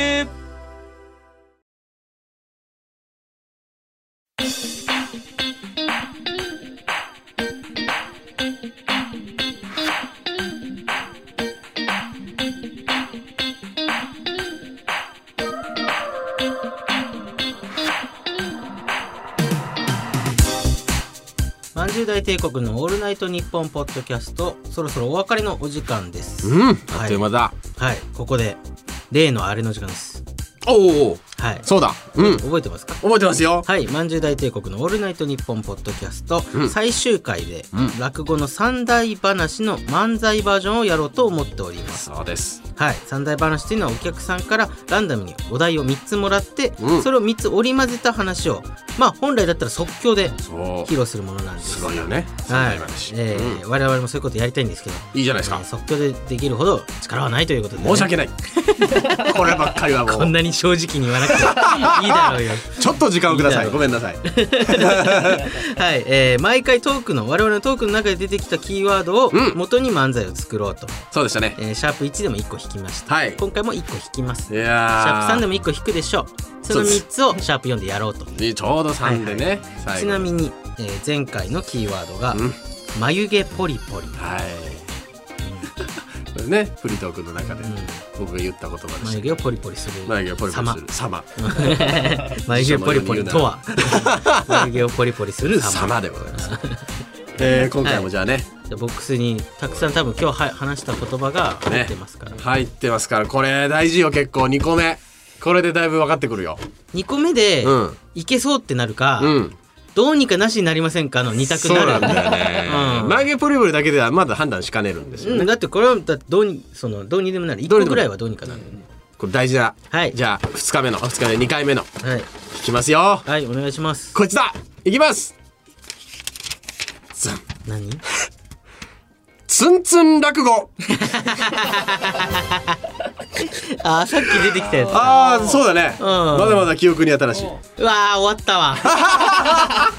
[SPEAKER 1] 30代帝国の「オールナイトニッポン」ポッドキャストそろそろお別れのお時間です
[SPEAKER 2] うん、あっという間だ。
[SPEAKER 1] はいここで例のあれの時間です
[SPEAKER 2] おお、
[SPEAKER 1] はい、
[SPEAKER 2] そうだ、うん、
[SPEAKER 1] 覚えてますか
[SPEAKER 2] 覚えてますよ
[SPEAKER 1] はい「まんじゅう大帝国のオールナイトニッポン」ポッドキャスト、
[SPEAKER 2] うん
[SPEAKER 1] 最終回で、
[SPEAKER 2] うん
[SPEAKER 1] 落語の三大話の漫才バージョンをやろうと思っております
[SPEAKER 2] そうです
[SPEAKER 1] はい、三大話というのはお客さんからランダムにお題を3つもらって、
[SPEAKER 2] うん
[SPEAKER 1] それを3つ織り交ぜた話をまあ本来だったら即興で
[SPEAKER 2] そう
[SPEAKER 1] 披露するものなんです
[SPEAKER 2] すごいよ
[SPEAKER 1] は
[SPEAKER 2] ね
[SPEAKER 1] い
[SPEAKER 2] そんな話、
[SPEAKER 1] えー
[SPEAKER 2] う
[SPEAKER 1] 我々もそういうことやりたいんですけど
[SPEAKER 2] いいじゃないですか
[SPEAKER 1] えー即興でできるほど力はないということでね、
[SPEAKER 2] 申
[SPEAKER 1] *laughs*
[SPEAKER 2] し訳ないこればっかりはもう
[SPEAKER 1] こんなに正直に言わなくていいだろう
[SPEAKER 2] *laughs*
[SPEAKER 1] よ
[SPEAKER 2] ちょっと時間をくださいごめんなさい
[SPEAKER 1] はい、えー毎回トークの我々のトークの中で出てきたキーワードを元に漫才を作ろうと、
[SPEAKER 2] そうでしたね
[SPEAKER 1] えーシャープ1でも1個引きました、今回も1個引きます
[SPEAKER 2] いや
[SPEAKER 1] シャープ3で
[SPEAKER 2] も
[SPEAKER 1] も1個引くでしょうその3つをシャープ4でやろうと
[SPEAKER 2] ちょうど3でね、最後
[SPEAKER 1] ちなみに、えー前回のキーワードが「眉毛ポリポリ」
[SPEAKER 2] はい、これね *laughs* フリートークの中で僕が言った言葉でした、
[SPEAKER 1] 眉毛をポリポリする
[SPEAKER 2] 眉毛をポリポリする様
[SPEAKER 1] *laughs* 眉毛をポリポリと
[SPEAKER 2] *laughs*
[SPEAKER 1] は眉毛をポリポリする
[SPEAKER 2] 様でございます、 *laughs* えー今回もじゃあね、
[SPEAKER 1] じゃあボックスにたくさん多分今日は話した言葉が入
[SPEAKER 2] ね
[SPEAKER 1] ってますから、
[SPEAKER 2] 入ってますからこれ大事よ結構2個目これでだいぶ分かってくるよ
[SPEAKER 1] 2個目で
[SPEAKER 2] うん
[SPEAKER 1] いけそうってなるか、
[SPEAKER 2] うん
[SPEAKER 1] どうにかなしになりませんかの2択
[SPEAKER 2] そ
[SPEAKER 1] に
[SPEAKER 2] う
[SPEAKER 1] なる
[SPEAKER 2] なんだよね、
[SPEAKER 1] *laughs* うん
[SPEAKER 2] 眉毛ポリポリだけではまだ判断しかねるんですよね、
[SPEAKER 1] うんだってこれはだってどうにそのどうにでもなる1
[SPEAKER 2] どう
[SPEAKER 1] 個
[SPEAKER 2] にでも
[SPEAKER 1] ぐ
[SPEAKER 2] な
[SPEAKER 1] ら
[SPEAKER 2] る
[SPEAKER 1] いはどうにかなる、
[SPEAKER 2] これ大事だ、
[SPEAKER 1] はい、
[SPEAKER 2] じゃあ2日目の2日目2回目の
[SPEAKER 1] はい
[SPEAKER 2] いきますよ
[SPEAKER 1] はいお願いします
[SPEAKER 2] こっちだいきます
[SPEAKER 1] 何
[SPEAKER 2] ツンツン落語
[SPEAKER 1] あーさっき出てきたやつ
[SPEAKER 2] ああそうだね、まだまだ記憶に新しいう
[SPEAKER 1] わー終わった
[SPEAKER 2] *laughs*
[SPEAKER 1] わ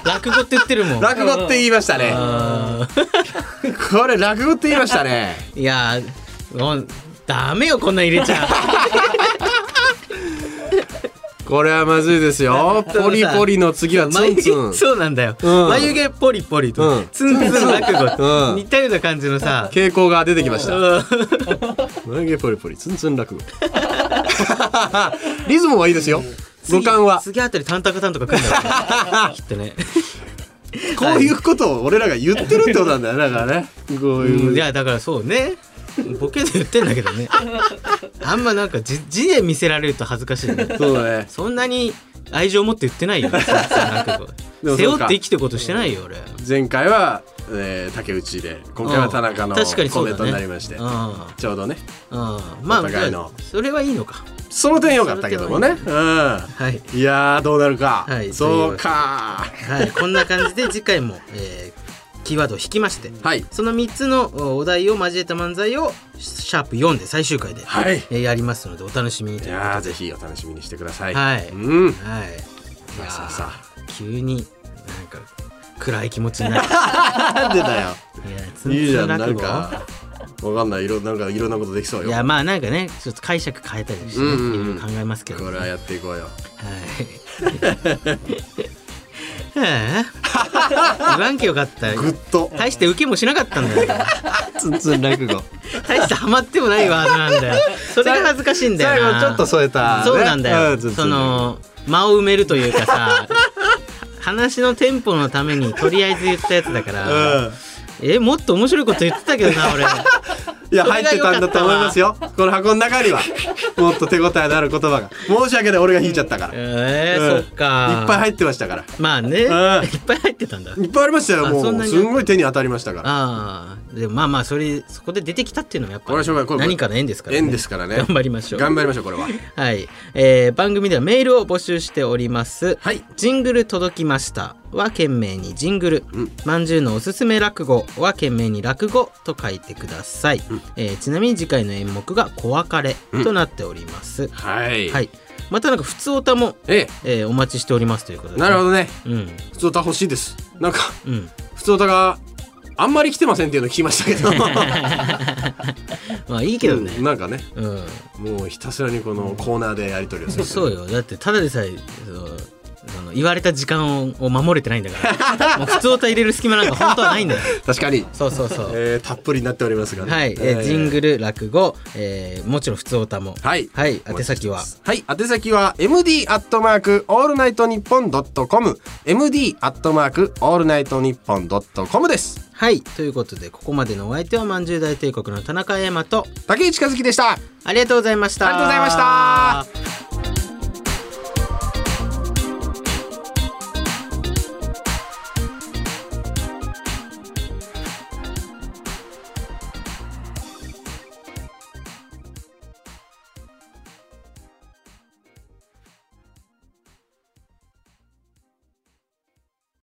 [SPEAKER 1] 落語って言ってるもん
[SPEAKER 2] 落語って言いましたね
[SPEAKER 1] あ
[SPEAKER 2] これ落語って言いました *laughs* ね
[SPEAKER 1] ーいやーもうダメよこんなん入れち
[SPEAKER 2] *laughs*
[SPEAKER 1] ゃ
[SPEAKER 2] これはまずいです *laughs* よポリポリの次はツンツン
[SPEAKER 1] そうなんだよ、
[SPEAKER 2] うん
[SPEAKER 1] 眉毛ポリポリと、
[SPEAKER 2] うん
[SPEAKER 1] ツンツン落語、
[SPEAKER 2] うん
[SPEAKER 1] 似たような感じのさ
[SPEAKER 2] 傾向が出てきました眉毛ポリポリツンツン落語 *laughs* リズムはいいですよ五感は
[SPEAKER 1] 次あたりタンタカタンとか来るんだろうねきっとね
[SPEAKER 2] こういうことを俺らが言ってるってことなんだよねだからねこういう
[SPEAKER 1] うんいやだからそうねボケで言ってんだけどねあんまなんかじ字で見せられると恥ずかしいね
[SPEAKER 2] そうだね
[SPEAKER 1] そんなに愛情持って言って
[SPEAKER 2] *laughs*
[SPEAKER 1] ないよねそいつはなんか
[SPEAKER 2] でも
[SPEAKER 1] 背
[SPEAKER 2] そう
[SPEAKER 1] 負っ
[SPEAKER 2] か
[SPEAKER 1] て生きてることしてないよ俺
[SPEAKER 2] 前回は、えー竹内で今回は田中の
[SPEAKER 1] うん確かに
[SPEAKER 2] コ
[SPEAKER 1] そうだね
[SPEAKER 2] メントになりまして、
[SPEAKER 1] うん
[SPEAKER 2] ちょうどね
[SPEAKER 1] うんま
[SPEAKER 2] まあ
[SPEAKER 1] あ
[SPEAKER 2] お互いの
[SPEAKER 1] それはいいのか
[SPEAKER 2] その点良かったけどもねう
[SPEAKER 1] い、
[SPEAKER 2] ん、やーどうなるか、
[SPEAKER 1] はい
[SPEAKER 2] そうか
[SPEAKER 1] はいこんな感じで次回も、えーキーワードを引きまして、その3つのおお題を交えた漫才をシャープ4で最終回で、
[SPEAKER 2] はい
[SPEAKER 1] えーやりますのでお楽しみにとい
[SPEAKER 2] い
[SPEAKER 1] う
[SPEAKER 2] やーぜひお楽しみにしてください
[SPEAKER 1] はい
[SPEAKER 2] うん
[SPEAKER 1] はい
[SPEAKER 2] さあさあさ
[SPEAKER 1] 急になんか暗い気持ちに
[SPEAKER 2] *laughs*
[SPEAKER 1] なる
[SPEAKER 2] あなんでだ
[SPEAKER 1] *laughs*
[SPEAKER 2] よ
[SPEAKER 1] ツンツン
[SPEAKER 2] いいじゃんな
[SPEAKER 1] 落
[SPEAKER 2] ん
[SPEAKER 1] 語
[SPEAKER 2] かわかんないいろなんかいろんなことできそうよ
[SPEAKER 1] いやまあなんかねちょっと解釈変えたりして、ね
[SPEAKER 2] うんうんうん
[SPEAKER 1] いろいろ考えますけど、ね、
[SPEAKER 2] *laughs* これはやっていこうよ
[SPEAKER 1] はいはあ言わんけよか
[SPEAKER 2] *laughs*
[SPEAKER 1] ったグッ
[SPEAKER 2] と
[SPEAKER 1] 大して受けもしなかったんだよ
[SPEAKER 2] ツンツン落 *laughs* 語
[SPEAKER 1] 大してハマってもないワードなんだよそれが恥ずかしいんだよな
[SPEAKER 2] 最後ちょっと添えたね
[SPEAKER 1] そうなんだよ、
[SPEAKER 2] うんツンツン
[SPEAKER 1] その間を埋めるというか
[SPEAKER 2] *laughs*
[SPEAKER 1] さ話のテンポのためにとりあえず言ったやつだから、えもっと面白いこと言ってたけどな
[SPEAKER 2] *laughs*
[SPEAKER 1] 俺
[SPEAKER 2] いや入ってたんだと思いますよこの箱の中にはもっと手応えのある言葉が申し訳ない俺が引いちゃったから
[SPEAKER 1] え
[SPEAKER 2] うん
[SPEAKER 1] ーそっか
[SPEAKER 2] いっぱい入ってましたから
[SPEAKER 1] まあね、いっぱい入ってたんだ
[SPEAKER 2] いっぱいありましたよ
[SPEAKER 1] あ
[SPEAKER 2] も
[SPEAKER 1] そんな
[SPEAKER 2] う
[SPEAKER 1] に
[SPEAKER 2] すんごい手に当たりましたから
[SPEAKER 1] ああでもまあまあそれそこで出てきたっていうのもやっぱ
[SPEAKER 2] これはしょうがないこれ
[SPEAKER 1] 何かの縁ですからね
[SPEAKER 2] 縁ですからね
[SPEAKER 1] 頑張りましょう
[SPEAKER 2] 頑張りましょうこれは
[SPEAKER 1] はい、えー番組ではメールを募集しております。はい、ジングル届きましたは懸命にジングル、まんじゅうのおすすめ落語は懸命に落語と書いてください。えーちなみに次回の演目が小別れとなっております。
[SPEAKER 2] はい、
[SPEAKER 1] はい、またなんか普通歌も、
[SPEAKER 2] え
[SPEAKER 1] ーお待ちしておりますということで、
[SPEAKER 2] なるほどね
[SPEAKER 1] うん、
[SPEAKER 2] 普通歌欲しいですなんか
[SPEAKER 1] うん、
[SPEAKER 2] 普通歌があんまり来てませんっていうの聞きましたけど
[SPEAKER 1] まあ *laughs* いいけどね。
[SPEAKER 2] うん *laughs* なんかね、もうひたすらにこのコーナーでやり取りをする
[SPEAKER 1] そうよだってただでさえそうその言われた時間をを守れてないんだから
[SPEAKER 2] *laughs*
[SPEAKER 1] もう普通歌入れる隙間なんか本当はないんだよ
[SPEAKER 2] 確かに
[SPEAKER 1] そうそうそう、
[SPEAKER 2] えーたっぷりになっておりますがね
[SPEAKER 1] はい、えージングル落語、えーもちろん普通歌も
[SPEAKER 2] はい、
[SPEAKER 1] はい、宛先は
[SPEAKER 2] はい、宛先は MD アットマークオールナイトニッポンドットコム MD アットマークオールナイトニッポンドットコムです
[SPEAKER 1] はいということでここまでのお相手はまんじゅう大帝国の田中山と
[SPEAKER 2] 竹内和樹でした
[SPEAKER 1] ありがとうございました
[SPEAKER 2] ありがとうございました